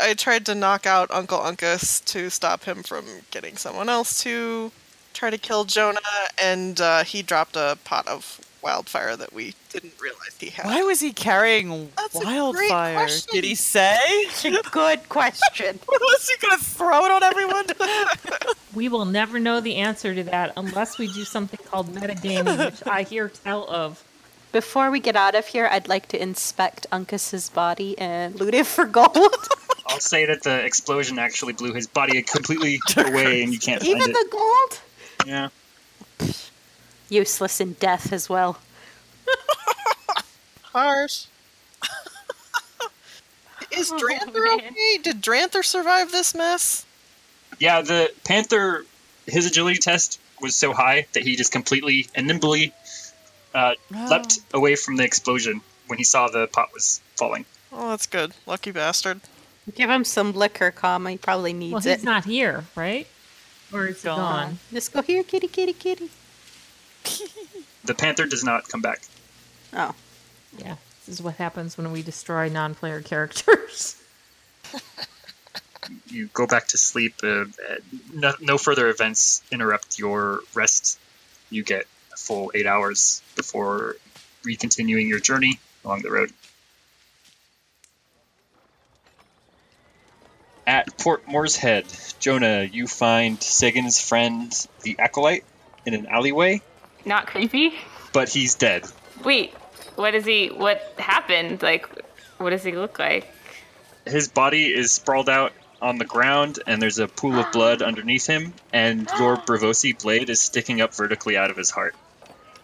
[SPEAKER 6] I tried to knock out Uncle Uncus to stop him from getting someone else to try to kill Jonah, and uh, he dropped a pot of wildfire that we didn't realize he had.
[SPEAKER 13] Why was he carrying wildfire?
[SPEAKER 6] question.
[SPEAKER 13] Did he say? It's
[SPEAKER 3] a good question.
[SPEAKER 13] was he gonna throw it on everyone?
[SPEAKER 4] We will never know the answer to that unless we do something called metagaming, which I hear tell of.
[SPEAKER 3] Before we get out of here, I'd like to inspect Uncas's body and loot it for gold.
[SPEAKER 7] I'll say that the explosion actually blew his body completely away, and you can't find
[SPEAKER 3] Even
[SPEAKER 7] it.
[SPEAKER 3] the gold?
[SPEAKER 7] Yeah.
[SPEAKER 3] Useless in death as well.
[SPEAKER 6] Harsh. Is Dranther okay? Did Dranther survive this mess?
[SPEAKER 7] Yeah, the panther, his agility test was so high that he just completely and nimbly uh, leapt away from the explosion when he saw the pot was falling.
[SPEAKER 6] Oh, that's good. Lucky bastard.
[SPEAKER 3] Give him some liquor, Kama. He probably needs
[SPEAKER 4] Well,
[SPEAKER 3] it.
[SPEAKER 4] he's not here, right? Or is he gone?
[SPEAKER 3] Let's go here, kitty, kitty, kitty.
[SPEAKER 7] The panther does not come back.
[SPEAKER 3] Oh.
[SPEAKER 4] Yeah. This is what happens when we destroy non player characters.
[SPEAKER 7] You go back to sleep. Uh, uh, no, no further events interrupt your rest. You get a full eight hours before recontinuing your journey along the road. At Port Moorshead, Jonah, you find Sagan's friend, the Acolyte, in an alleyway,
[SPEAKER 5] Not creepy.
[SPEAKER 7] but he's dead.
[SPEAKER 5] Wait, what is he? What happened? Like, what does he look like?
[SPEAKER 7] His body is sprawled out on the ground, and there's a pool of blood underneath him, and your Bravosi blade is sticking up vertically out of his heart.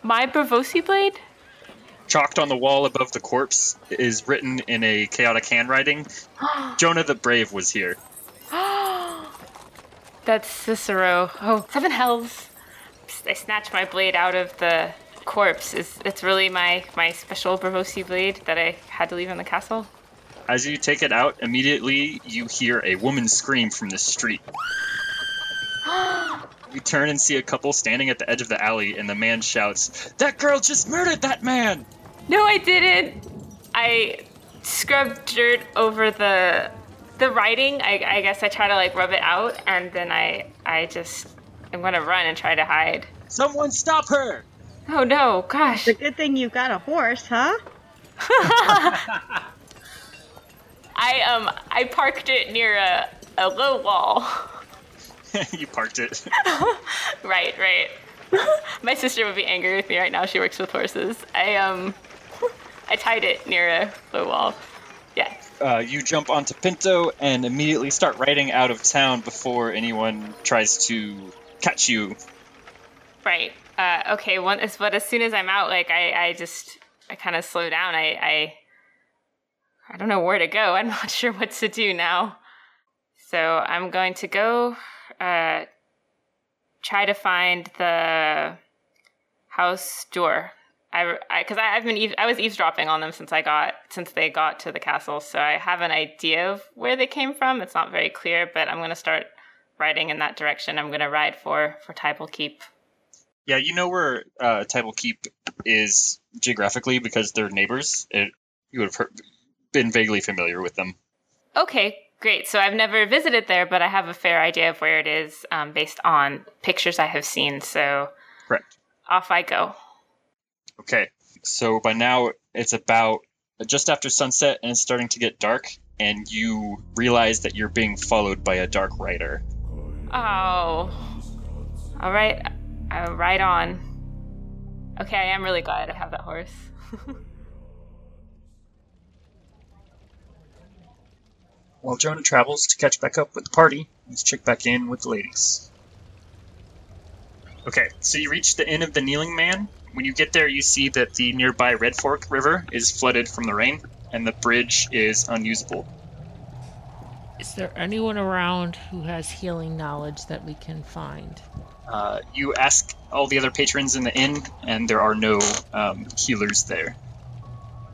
[SPEAKER 5] My Bravosi blade?
[SPEAKER 7] Chalked on the wall above the corpse is written in a chaotic handwriting Jonah the Brave was here.
[SPEAKER 5] That's Cicero. Oh, seven hells. I snatch my blade out of the corpse. It's, it's really my, my special Bravosi blade that I had to leave in the castle.
[SPEAKER 7] As you take it out, immediately you hear a woman scream from the street. You turn and see a couple standing at the edge of the alley, and the man shouts, That girl just murdered that man!
[SPEAKER 5] No, I didn't. I scrubbed dirt over the the writing. I, I guess I try to like rub it out, and then I I just I'm gonna run and try to hide.
[SPEAKER 7] Someone stop her!
[SPEAKER 5] Oh no! Gosh.
[SPEAKER 9] It's a good thing you got a horse, huh?
[SPEAKER 5] I um I parked it near a a low wall.
[SPEAKER 7] you parked it.
[SPEAKER 5] right, right. My sister would be angry with me right now. She works with horses. I um I tied it near a low wall. Yeah.
[SPEAKER 7] Uh, you jump onto Pinto and immediately start riding out of town before anyone tries to catch you.
[SPEAKER 5] Right. Uh, okay. One, as- but as soon as I'm out, like I, I just, I kind of slow down. I, I, I don't know where to go. I'm not sure what to do now. So I'm going to go, uh, try to find the house door. I, I, cause I, I've been, eaves- I was eavesdropping on them since I got, since they got to the castle. So I have an idea of where they came from. It's not very clear, but I'm going to start riding in that direction. I'm going to ride for, for Tybal Keep.
[SPEAKER 7] Yeah, you know where uh, Tidal Keep is geographically because they're neighbors. It, you would have heard, been vaguely familiar with them.
[SPEAKER 5] Okay, great. So I've never visited there, but I have a fair idea of where it is um, based on pictures I have seen. So
[SPEAKER 7] Correct.
[SPEAKER 5] off I go.
[SPEAKER 7] Okay, so by now it's about just after sunset and it's starting to get dark, and you realize that you're being followed by a dark rider.
[SPEAKER 5] Oh. All right. Uh, right on. Okay, I am really glad I have that horse.
[SPEAKER 7] While Jonah travels to catch back up with the party, let's check back in with the ladies. Okay, so you reach the Inn of the Kneeling Man. When you get there, you see that the nearby Red Fork River is flooded from the rain, and the bridge is unusable.
[SPEAKER 4] Is there anyone around who has healing knowledge that we can find?
[SPEAKER 7] Uh, you ask all the other patrons in the inn, and there are no um, healers there.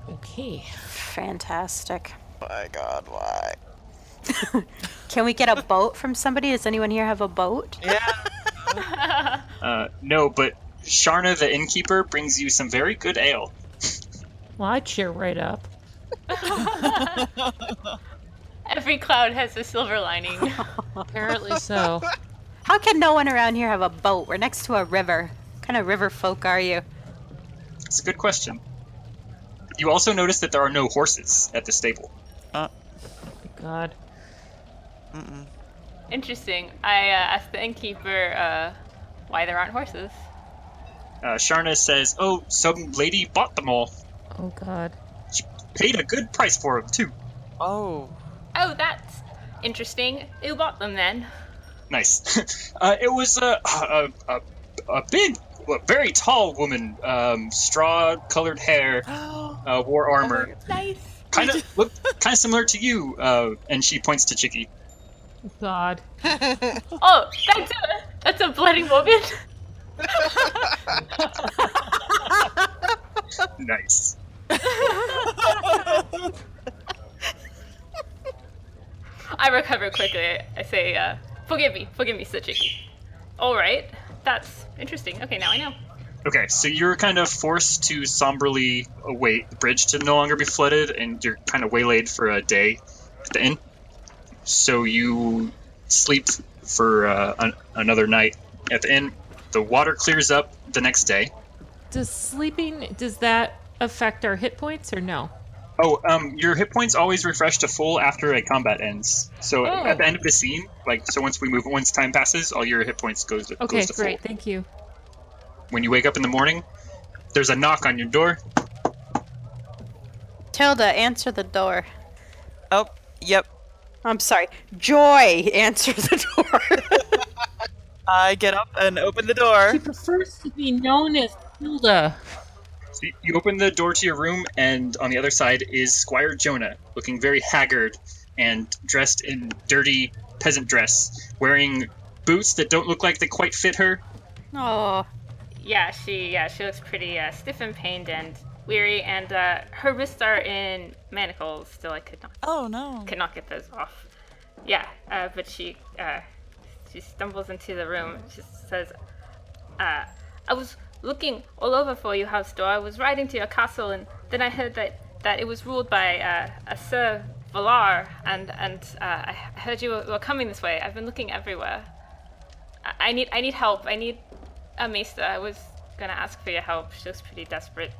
[SPEAKER 4] Okay.
[SPEAKER 3] Fantastic.
[SPEAKER 6] My god, why?
[SPEAKER 3] Can we get a boat from somebody? Does anyone here have a boat?
[SPEAKER 5] Yeah.
[SPEAKER 7] Uh, no, but Sharna the innkeeper brings you some very good ale.
[SPEAKER 4] Well, I cheer right up.
[SPEAKER 5] Every cloud has a silver lining.
[SPEAKER 4] Apparently so.
[SPEAKER 3] How can no one around here have a boat? We're next to a river. What kind of river folk are you?
[SPEAKER 7] It's a good question. You also notice that there are no horses at the stable.
[SPEAKER 4] God.
[SPEAKER 5] Interesting. I uh, asked the innkeeper uh, why there aren't horses.
[SPEAKER 7] Uh, Sharna says, "Oh, some lady bought them all.
[SPEAKER 4] Oh God.
[SPEAKER 7] Paid a good price for them too.
[SPEAKER 13] Oh.
[SPEAKER 5] Oh, that's interesting. Who bought them then?
[SPEAKER 7] Nice. uh, it was a a, a, a big." A very tall woman, um, straw-colored hair, uh, wore armor,
[SPEAKER 2] Oh,
[SPEAKER 5] Nice.
[SPEAKER 7] kind of look kind of similar to you. Uh, and she points to Chicky.
[SPEAKER 4] Oh, God.
[SPEAKER 5] Oh, that's a, that's a bloody woman.
[SPEAKER 7] Nice.
[SPEAKER 5] I recover quickly. I say, uh, forgive me, forgive me, Sachiki. All right, that's interesting. Okay, now I know.
[SPEAKER 7] Okay, so you're kind of forced to somberly await the bridge to no longer be flooded, and you're kind of waylaid for a day at the inn. So you sleep for uh, an- another night at the inn. The water clears up the next day.
[SPEAKER 4] Does sleeping does that affect our hit points or no?
[SPEAKER 7] Oh, um, your hit points always refresh to full after a combat ends. So
[SPEAKER 4] Oh.
[SPEAKER 7] at the end of the scene, like so once we move, once time passes, all your hit points goes to,
[SPEAKER 4] Okay,
[SPEAKER 7] goes to full.
[SPEAKER 4] great. Thank you.
[SPEAKER 7] When you wake up in the morning, there's a knock on your door.
[SPEAKER 3] Tilda, answer the door.
[SPEAKER 13] Oh, yep.
[SPEAKER 3] I'm sorry. Joy, answer the door.
[SPEAKER 13] I get up and open the door. She
[SPEAKER 4] prefers to be known as Hilda.
[SPEAKER 7] So you open the door to your room, and on the other side is Squire Jonah, looking very haggard and dressed in dirty peasant dress, wearing boots that don't look like they quite fit her.
[SPEAKER 3] Oh.
[SPEAKER 5] Yeah, she yeah she looks pretty uh, stiff and pained and weary, and uh, her wrists are in manacles. Still, I could not.
[SPEAKER 13] Oh no.
[SPEAKER 5] Could not get those off. Yeah, uh, but she uh, she stumbles into the room. She says, uh, "I was looking all over for you, House Door. I was riding to your castle, and then I heard that, that it was ruled by uh, a Sir Valar, and and uh, I heard you were, were coming this way. I've been looking everywhere. I, I need I need help. I need a maester. I was gonna ask for your help. She looks pretty desperate.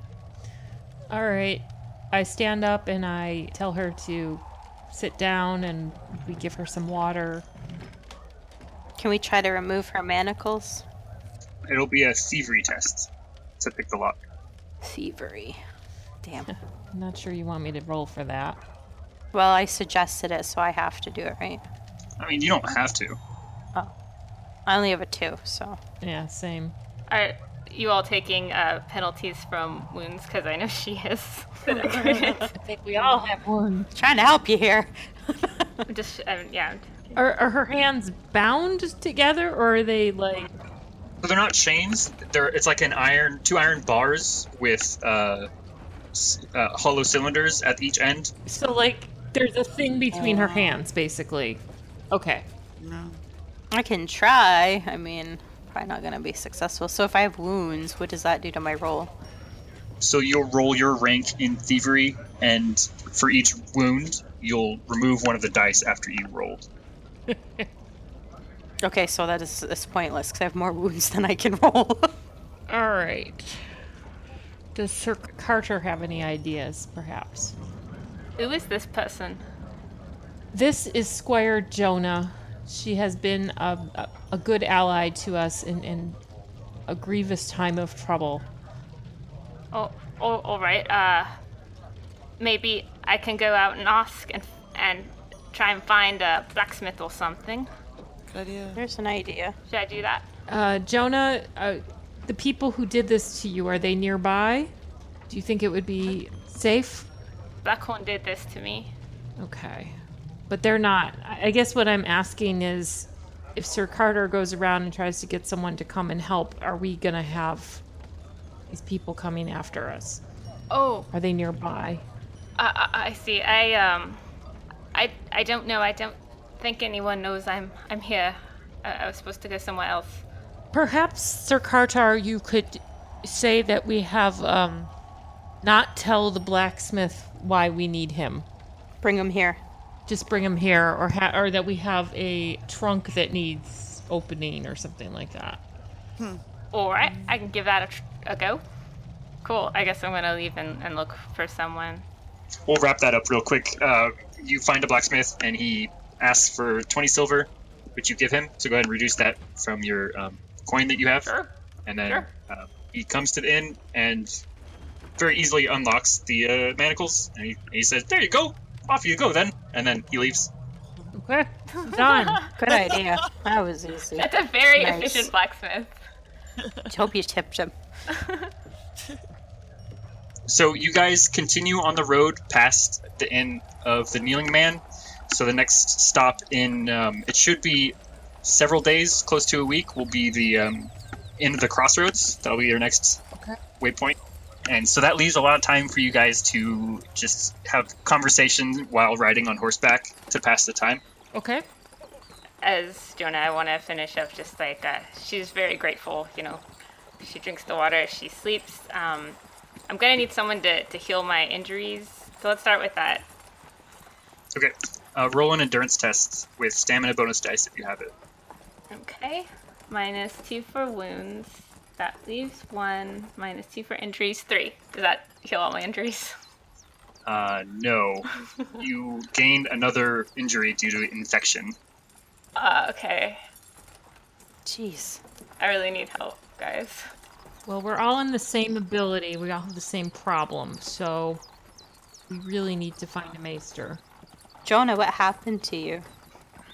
[SPEAKER 4] All right. I stand up and I tell her to sit down and we give her some water.
[SPEAKER 3] Can we try to remove her manacles?
[SPEAKER 7] It'll be a thievery test to pick the lock.
[SPEAKER 3] Thievery. Damn.
[SPEAKER 4] I'm not sure you want me to roll for that.
[SPEAKER 3] Well, I suggested it, so I have to do it, right?
[SPEAKER 7] I mean, you don't have to.
[SPEAKER 3] I only have a two, so.
[SPEAKER 4] Yeah, same.
[SPEAKER 5] Are you all taking uh, penalties from wounds? Because I know she is. I
[SPEAKER 4] think we all have one.
[SPEAKER 3] Trying to help you here.
[SPEAKER 5] I'm just, um, yeah. I'm-
[SPEAKER 4] Are, are her hands bound together or are they like
[SPEAKER 7] So they're not chains. They're it's like an iron, two iron bars with uh, s- uh, hollow cylinders at each end.
[SPEAKER 4] so like there's a thing between
[SPEAKER 3] Uh,
[SPEAKER 4] her hands basically. Okay.
[SPEAKER 3] I can try. I mean, probably not going to be successful. So if I have wounds, what does that do to my roll?
[SPEAKER 7] So you'll roll your rank in thievery, and for each wound, you'll remove one of the dice after you rolled.
[SPEAKER 3] Okay, so that is, is pointless because I have more wounds than I can roll.
[SPEAKER 4] All right. Does Sir Carter have any ideas perhaps?
[SPEAKER 5] Who is this person?
[SPEAKER 4] This is Squire Jonah. She has been a, a, a good ally to us in, in a grievous time of trouble.
[SPEAKER 5] Oh, oh all right. Uh, maybe I can go out and ask and and try and find a blacksmith or something.
[SPEAKER 13] Good idea.
[SPEAKER 3] There's an idea.
[SPEAKER 5] Should I do that?
[SPEAKER 4] Uh, Jonah, uh, the people who did this to you, are they nearby? Do you think it would be safe?
[SPEAKER 5] Blackhorn did this to me.
[SPEAKER 4] Okay. But they're not. I I guess what I'm asking is if Sir Carter goes around and tries to get someone to come and help, are we going to have these people coming after us?
[SPEAKER 5] Oh,
[SPEAKER 4] Are they nearby?
[SPEAKER 5] I, I, I see. I um, I I don't know. I don't think anyone knows I'm I'm here. I, I was supposed to go somewhere else.
[SPEAKER 4] Perhaps, Sir Cartar, you could say that we have um, not tell the blacksmith why we need him.
[SPEAKER 3] Bring him here.
[SPEAKER 4] Just bring him here, or ha- or that we have a trunk that needs opening or something like that.
[SPEAKER 5] All right, I can give that a, tr- a go. Cool. I guess I'm gonna leave and, and look for someone.
[SPEAKER 7] We'll wrap that up real quick. Uh, you find a blacksmith, and he asks for 20 silver, which you give him. So go ahead and reduce that from your um, coin that you have.
[SPEAKER 5] Sure.
[SPEAKER 7] And then
[SPEAKER 5] Sure.
[SPEAKER 7] uh, he comes to the inn and very easily unlocks the uh, manacles, and he, he says, "There you go, off you go then." And then he leaves.
[SPEAKER 4] Okay, done.
[SPEAKER 3] Good idea. That was easy.
[SPEAKER 5] That's a very
[SPEAKER 3] Nice.
[SPEAKER 5] efficient blacksmith.
[SPEAKER 3] I hope you tipped him.
[SPEAKER 7] So you guys continue on the road past the inn of the Kneeling Man. So the next stop in um, it should be several days, close to a week, will be the um, inn of the Crossroads. That'll be your next waypoint. And so that leaves a lot of time for you guys to just have conversation while riding on horseback to pass the time.
[SPEAKER 4] Okay.
[SPEAKER 5] As Jonah, I want to finish up just like uh, she's very grateful, you know, She drinks the water as she sleeps. Um, I'm gonna need someone to, to heal my injuries, so let's start with that.
[SPEAKER 7] Okay. Uh, roll an endurance test with stamina bonus dice if you have it.
[SPEAKER 5] Okay. Minus two for wounds. That leaves one. Minus two for injuries. Three. Does that heal all my injuries?
[SPEAKER 7] Uh, no. you gained another injury due to infection.
[SPEAKER 5] Uh, okay.
[SPEAKER 3] Jeez.
[SPEAKER 5] I really need help, guys.
[SPEAKER 4] Well, we're all in the same ability. We all have the same problem, so we really need to find a maester.
[SPEAKER 3] Jonah, what happened to you?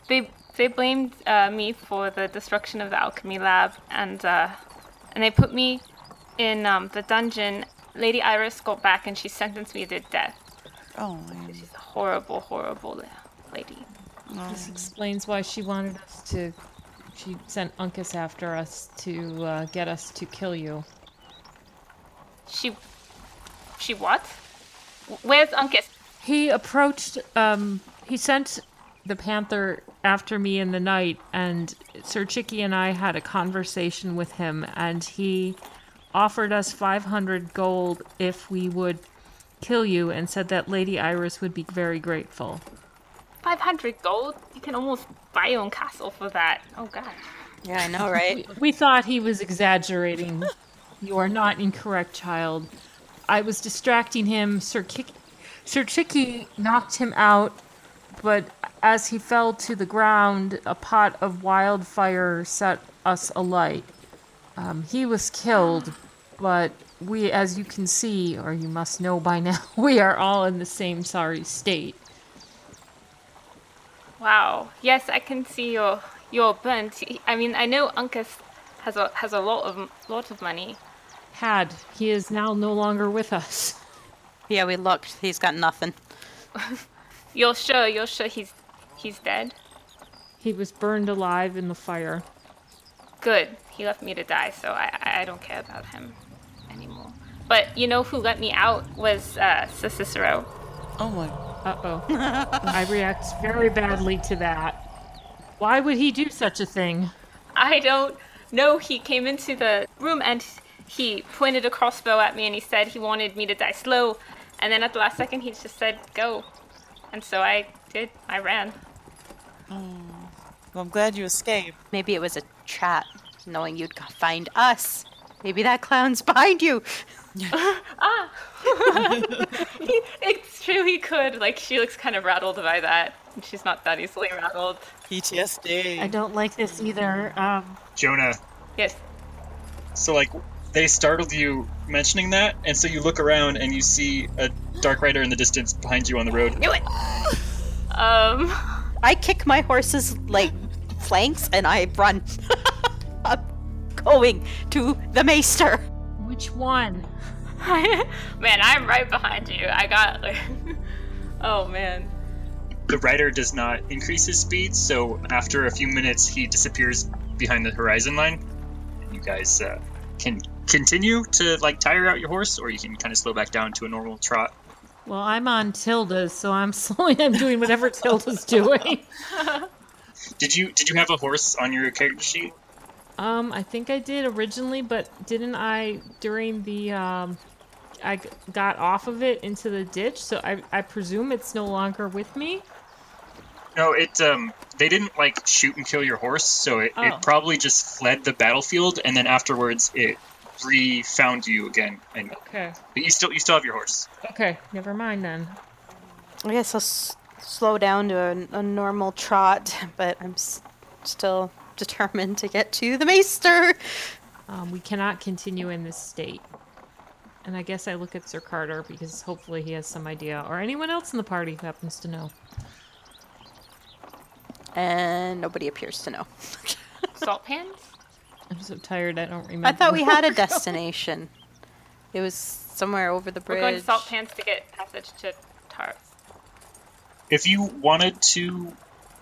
[SPEAKER 5] They they blamed uh, me for the destruction of the alchemy lab, and uh, and they put me in um, the dungeon. Lady Iris got back, and she sentenced me to death.
[SPEAKER 13] Oh,
[SPEAKER 5] She's a horrible, horrible lady.
[SPEAKER 4] This explains why she wanted us to. She sent Uncas after us to uh, get us to kill you.
[SPEAKER 5] She, she what? Where's Uncas?
[SPEAKER 4] He approached. Um, he sent the panther after me in the night, and Sir Chicky and I had a conversation with him, and he offered us 500 gold if we would kill you, and said that Lady Iris would be very grateful.
[SPEAKER 5] 500 gold? You can almost buy your own castle for that. Oh, God.
[SPEAKER 3] Yeah, I know, right?
[SPEAKER 4] we thought he was exaggerating. you are not incorrect, child. I was distracting him. Sir, Kick- Sir Chicky knocked him out, but as he fell to the ground, a pot of wildfire set us alight. Um, he was killed, but we, as you can see, or you must know by now, we are all in the same sorry state.
[SPEAKER 5] Wow. Yes, I can see your your burnt. I mean, I know Uncas has a has a lot of lot of money.
[SPEAKER 4] Had. He is now no longer with us.
[SPEAKER 3] Yeah, we looked. He's got nothing.
[SPEAKER 5] You're sure? You're sure he's he's dead?
[SPEAKER 4] He was burned alive in the fire.
[SPEAKER 5] Good. He left me to die, so I I don't care about him anymore. But you know who let me out was uh, Sir Cicero.
[SPEAKER 13] Oh my.
[SPEAKER 4] Uh oh. I react very badly to that. Why would he do such a thing?
[SPEAKER 5] I don't know. He came into the room and he pointed a crossbow at me and he said he wanted me to die slow. And then at the last second, he just said, go. And so I did. I ran.
[SPEAKER 13] Oh. Well, I'm glad you escaped.
[SPEAKER 3] Maybe it was a trap, knowing you'd go- find us. Maybe that clown's behind you.
[SPEAKER 5] ah! He- it's true, he could. Like, she looks kind of rattled by that. and She's not that easily rattled.
[SPEAKER 13] PTSD.
[SPEAKER 4] I don't like this either. Um,
[SPEAKER 7] Jonah,
[SPEAKER 5] Yes.
[SPEAKER 7] so like they startled you mentioning that, and so you look around and you see a dark rider in the distance behind you on the road.
[SPEAKER 5] Knew it! Um,
[SPEAKER 3] I kick my horse's like flanks and I run. I'm going to the maester.
[SPEAKER 4] which one?
[SPEAKER 5] man, I'm right behind you. I got. Like, oh, man.
[SPEAKER 7] The rider does not increase his speed, so after a few minutes he disappears behind the horizon line. And you guys uh, can continue to like tire out your horse, or you can kind of slow back down to a normal trot.
[SPEAKER 4] Well, I'm on Tilda's, so I'm slowly I'm doing whatever Tilda's doing.
[SPEAKER 7] Did you did you have a horse on your character sheet?
[SPEAKER 4] Um, I think I did originally, but didn't I during the um, I g- got off of it into the ditch, so I I presume it's no longer with me.
[SPEAKER 7] No, it um they didn't like shoot and kill your horse, so it,
[SPEAKER 4] Oh.
[SPEAKER 7] it probably just fled the battlefield and then afterwards it re-found you again and
[SPEAKER 4] Okay.
[SPEAKER 7] but you still you still have your horse.
[SPEAKER 4] Okay. Never mind then.
[SPEAKER 3] I guess I'll s- slow down to a, a normal trot, but I'm s- still determined to get to the maester.
[SPEAKER 4] Um, we cannot continue in this state. And I guess I look at Sir Carter because hopefully he has some idea, or anyone else in the party who happens to know.
[SPEAKER 3] And nobody appears to know.
[SPEAKER 5] Salt pans?
[SPEAKER 4] I'm so tired. I don't remember.
[SPEAKER 3] I thought we had a destination. It was somewhere over the bridge.
[SPEAKER 5] We're going to Salt Pans to get passage to Tars.
[SPEAKER 7] If you wanted to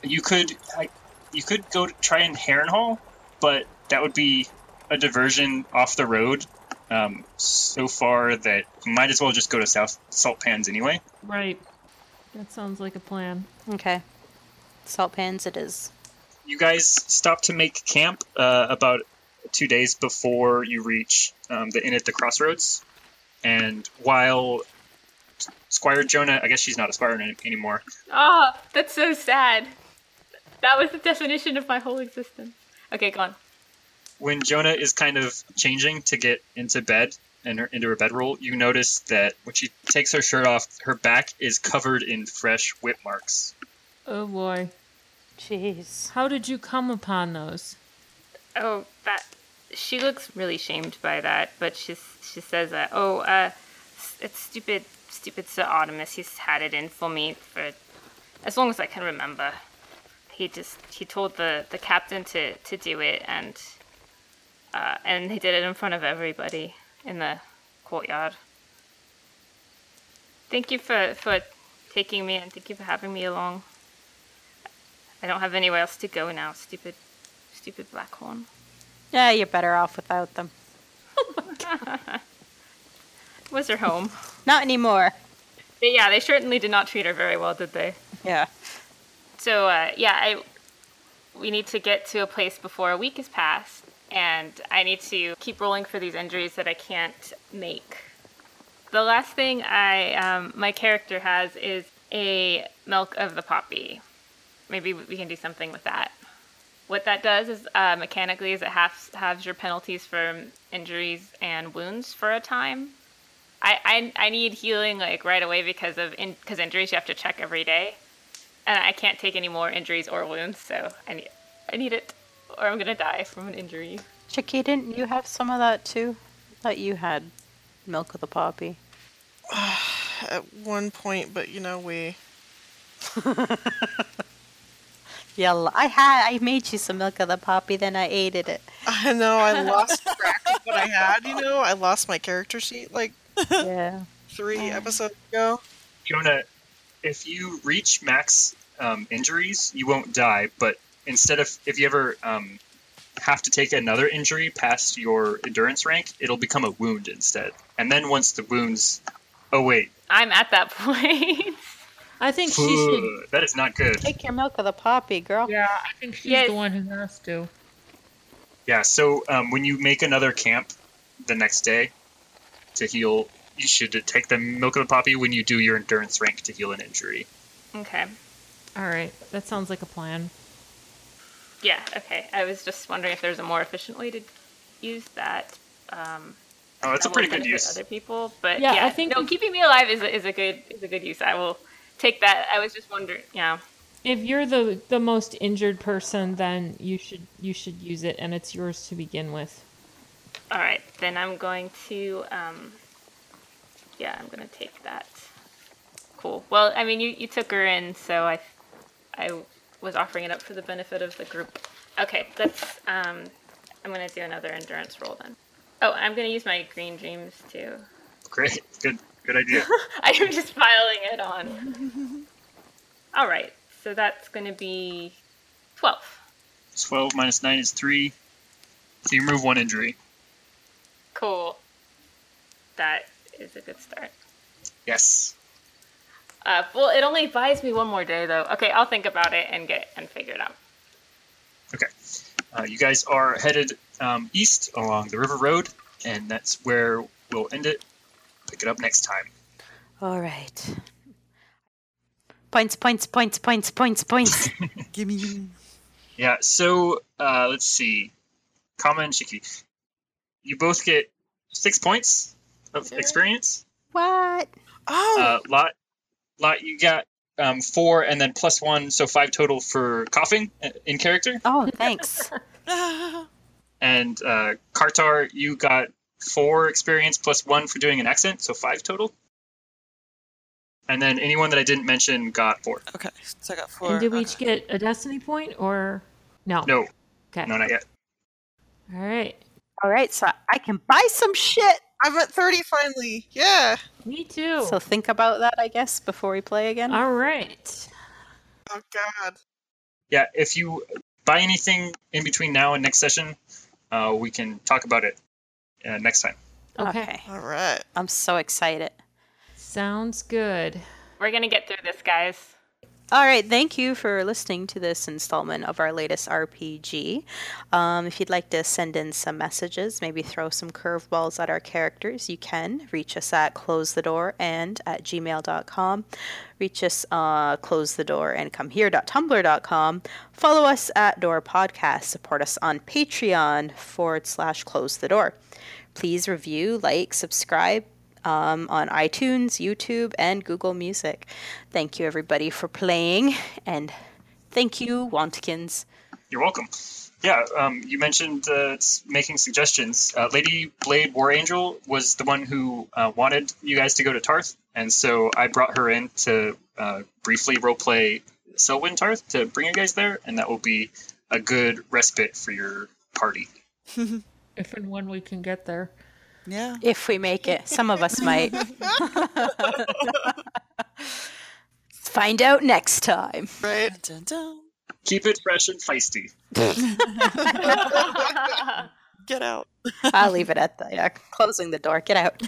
[SPEAKER 7] you could I, you could go to try and Harrenhal, but that would be a diversion off the road um, so far that you might as well just go to South Salt Pans anyway.
[SPEAKER 4] Right. That sounds like a plan.
[SPEAKER 3] Okay. Salt pans it is.
[SPEAKER 7] you guys stop to make camp uh, about two days before you reach um, the inn at the crossroads. And while Squire Jonah, I guess she's not a squire any- anymore,
[SPEAKER 5] Ah, that's so sad. That was the definition of my whole existence. Okay, go on.
[SPEAKER 7] when Jonah is kind of changing to get into bed and her, into her bedroll, you notice that when she takes her shirt off, her back is covered in fresh whip marks.
[SPEAKER 4] Oh boy.
[SPEAKER 3] Jeez.
[SPEAKER 4] How did you come upon those?
[SPEAKER 5] Oh, that she looks really shamed by that, but she she says, uh, "Oh, uh, s- it's stupid, stupid Sir Artemis. He's had it in for me for as long as I can remember. He just he told the the captain to to do it, and uh, and he did it in front of everybody in the courtyard. Thank you for for taking me, and thank you for having me along. I don't have anywhere else to go now. Stupid, stupid Blackhorn."
[SPEAKER 3] Yeah, you're better off without them.
[SPEAKER 4] Oh
[SPEAKER 5] Was her home?
[SPEAKER 3] Not anymore.
[SPEAKER 5] But yeah, they certainly did not treat her very well, did they?
[SPEAKER 3] Yeah.
[SPEAKER 5] So uh, yeah, I we need to get to a place before a week has passed, and I need to keep rolling for these injuries that I can't make. The last thing I um, my character has is a milk of the poppy. Maybe we can do something with that. What that does is uh, mechanically is it halves halves your penalties for injuries and wounds for a time. I, I, I need healing like right away because of in because injuries you have to check every day, and I can't take any more injuries or wounds, so I need I need it, or I'm gonna die from an injury.
[SPEAKER 3] Chicky, didn't you have some of that too? I thought you had milk of the poppy.
[SPEAKER 6] At one point, but you know, we.
[SPEAKER 3] Yeah, l- I had. I made you some milk of the poppy, then I ate it.
[SPEAKER 6] I know. I lost track of what I had, you know? I lost my character sheet like
[SPEAKER 3] yeah.
[SPEAKER 6] three episodes ago.
[SPEAKER 7] Jonah, if you reach max um, injuries, you won't die. But instead of if you ever um, have to take another injury past your endurance rank, it'll become a wound instead. And then once the wounds, oh wait,
[SPEAKER 5] I'm at that point.
[SPEAKER 4] I think
[SPEAKER 7] ugh, that is not good.
[SPEAKER 3] Take your milk of the poppy, girl.
[SPEAKER 4] Yeah, I think she's the one who has to.
[SPEAKER 7] Yeah. So um, when you make another camp the next day to heal, you should take the milk of the poppy when you do your endurance rank to heal an injury.
[SPEAKER 5] Okay.
[SPEAKER 4] All right, that sounds like a plan.
[SPEAKER 5] Yeah. Okay. I was just wondering if there's a more efficient way to use that. Um,
[SPEAKER 7] Oh, that's
[SPEAKER 5] that
[SPEAKER 7] a pretty
[SPEAKER 5] will
[SPEAKER 7] good
[SPEAKER 5] benefit
[SPEAKER 7] use.
[SPEAKER 5] Other people, but
[SPEAKER 4] Yeah,
[SPEAKER 5] yeah,
[SPEAKER 4] I think
[SPEAKER 5] no,
[SPEAKER 4] we-
[SPEAKER 5] keeping me alive is a, is a good is a good use. I will take that. I was just wondering. Yeah.
[SPEAKER 4] If you're the the most injured person, then you should you should use it, and it's yours to begin with.
[SPEAKER 5] All right, then I'm going to, um, yeah, I'm going to take that. Cool. Well, I mean, you, you took her in, so I, I was offering it up for the benefit of the group. Okay, that's, um, I'm going to do another endurance roll then. Oh, I'm going to use my green dreams too.
[SPEAKER 7] Great. Good. Good idea.
[SPEAKER 5] I am just piling it on. All right, so that's going to be 12.
[SPEAKER 7] 12 minus 9 is 3. So you remove one injury.
[SPEAKER 5] Cool. That is a good start.
[SPEAKER 7] Yes.
[SPEAKER 5] Uh, well, it only buys me one more day, though. Okay, I'll think about it and get and figure it out.
[SPEAKER 7] Okay. Uh, you guys are headed um, east along the river road, and that's where we'll end it. Pick it up next time.
[SPEAKER 3] All right. Points, points, points, points, points, points.
[SPEAKER 13] Give me.
[SPEAKER 7] Yeah, so uh, let's see. Kama and Shiki, you both get six points of experience.
[SPEAKER 3] What?
[SPEAKER 13] Oh.
[SPEAKER 7] Uh,
[SPEAKER 6] Oh!
[SPEAKER 7] lot, lot, you got um, four and then plus one, so five total for coughing uh, in character.
[SPEAKER 3] Oh, thanks.
[SPEAKER 7] And uh, Kartar, you got four experience plus one for doing an accent, so five total. And then anyone that I didn't mention got four.
[SPEAKER 13] Okay, so I got four.
[SPEAKER 4] And did we each get a destiny point or no?
[SPEAKER 7] No.
[SPEAKER 4] Okay.
[SPEAKER 7] No, not yet.
[SPEAKER 4] All right.
[SPEAKER 3] All right, so I can buy some shit.
[SPEAKER 6] I'm at 30 finally. Yeah.
[SPEAKER 4] Me too.
[SPEAKER 3] So think about that, I guess, before we play again.
[SPEAKER 4] All right.
[SPEAKER 6] Oh, God.
[SPEAKER 7] Yeah, if you buy anything in between now and next session, uh, we can talk about it uh, next time.
[SPEAKER 4] Okay.
[SPEAKER 6] All right.
[SPEAKER 3] I'm so excited.
[SPEAKER 4] Sounds good.
[SPEAKER 5] We're gonna get through this, guys.
[SPEAKER 3] All right, thank you for listening to this installment of our latest RPG. Um, if you'd like to send in some messages, maybe throw some curveballs at our characters, you can reach us at closethedoor and at gmail.com. Reach us uh, close the door and come here.tumblr.com. Follow us at Door Podcast. Support us on Patreon forward slash close the door. Please review, like, subscribe, um, on iTunes, YouTube, and Google Music. Thank you, everybody, for playing, and thank you, Wantkins.
[SPEAKER 7] You're welcome. Yeah, um, you mentioned uh, s- making suggestions. Uh, Lady Blade War Angel was the one who uh, wanted you guys to go to Tarth, and so I brought her in to uh, briefly roleplay Selwyn Tarth to bring you guys there, and that will be a good respite for your party.
[SPEAKER 4] if and when we can get there.
[SPEAKER 13] Yeah.
[SPEAKER 3] If we make it, some of us might. Find out next time.
[SPEAKER 6] Right.
[SPEAKER 7] Keep it fresh and feisty.
[SPEAKER 6] Get out.
[SPEAKER 3] I'll leave it at the yeah, closing the door. Get out.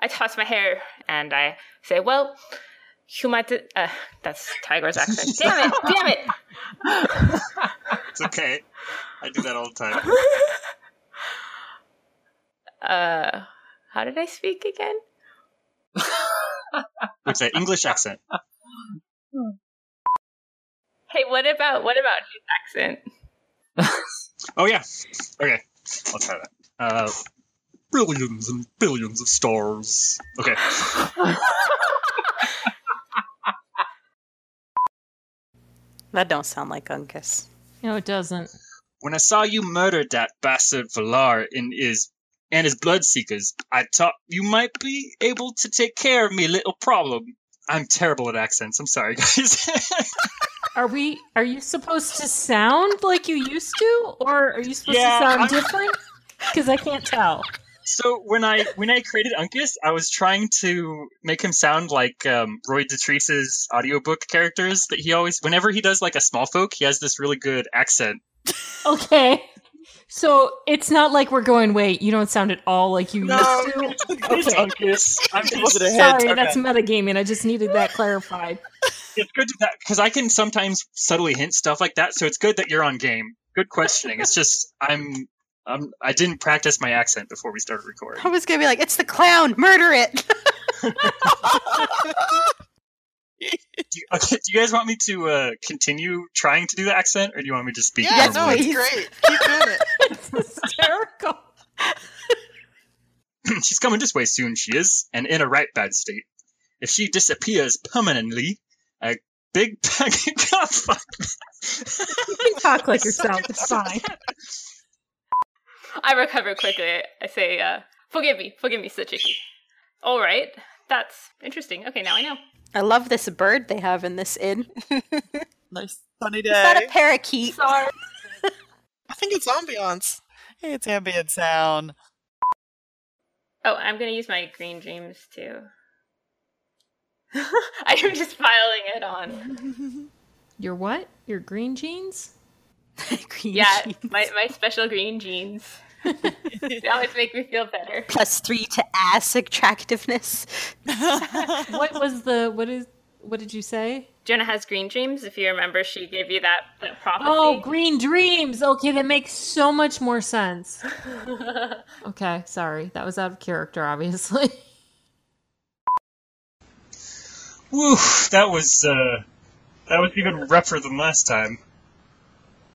[SPEAKER 5] I toss my hair and I say, "Well, humati- uh, that's Tiger's accent. damn it! Damn it!
[SPEAKER 7] It's okay. I do that all the time.
[SPEAKER 5] Uh, how did I speak again?
[SPEAKER 7] With an English accent.
[SPEAKER 5] Hey, what about what about his accent?
[SPEAKER 7] Oh yeah. Okay. I'll try that. Uh, billions and billions of stars. Okay.
[SPEAKER 3] That don't sound like Unkus.
[SPEAKER 4] No, it doesn't.
[SPEAKER 7] When I saw you murder that bastard Valar and his and his bloodseekers, I thought you might be able to take care of me little problem. I'm terrible at accents. I'm sorry, guys.
[SPEAKER 4] Are we? Are you supposed to sound like you used to, or are you supposed
[SPEAKER 7] Yeah,
[SPEAKER 4] to sound
[SPEAKER 7] I'm-
[SPEAKER 4] different? Because I can't tell.
[SPEAKER 7] so when I when I created Uncas, I was trying to make him sound like um, Roy Detrice's audiobook characters that he always whenever he does like a small folk, he has this really good accent.
[SPEAKER 4] Okay. So it's not like we're going. Wait, you don't sound at all like you used to.
[SPEAKER 7] It's Uncas. I'm just-
[SPEAKER 4] Sorry, that's metagaming. I just needed that clarified.
[SPEAKER 7] it's good to that because I can sometimes subtly hint stuff like that. So it's good that you're on game. Good questioning. it's just I'm I'm I didn't practice my accent before we started recording.
[SPEAKER 3] I was gonna be like, it's the clown. Murder it.
[SPEAKER 7] Do you, okay, do you guys want me to uh, continue trying to do the accent, or do you want me to speak?
[SPEAKER 6] Yeah, no,
[SPEAKER 7] normally?
[SPEAKER 6] it's great. Keep doing it.
[SPEAKER 4] hysterical.
[SPEAKER 7] She's coming this way soon. She is, and in a right bad state. If she disappears permanently, a big bag of cock-
[SPEAKER 4] You can talk like yourself. It's fine.
[SPEAKER 5] I recover quickly. I say, uh, "Forgive me, forgive me, Sachiki." All right, that's interesting. Okay, now I know.
[SPEAKER 3] I love this bird they have in this inn.
[SPEAKER 13] nice sunny day.
[SPEAKER 3] It's not a parakeet.
[SPEAKER 5] Sorry.
[SPEAKER 6] I think it's ambiance.
[SPEAKER 13] It's ambient sound.
[SPEAKER 5] Oh, I'm gonna use my green dreams too. I am just piling it on.
[SPEAKER 4] Your what? Your green jeans? green
[SPEAKER 5] yeah, my my special green jeans. they always make me feel better.
[SPEAKER 3] Plus three to ass attractiveness.
[SPEAKER 4] what was the what is what did you say?
[SPEAKER 5] Jenna has green dreams. If you remember, she gave you that that prophecy.
[SPEAKER 4] Oh, green dreams. Okay, that makes so much more sense. Okay, sorry. That was out of character, obviously.
[SPEAKER 7] Woo! That was uh, that was even rougher than last time.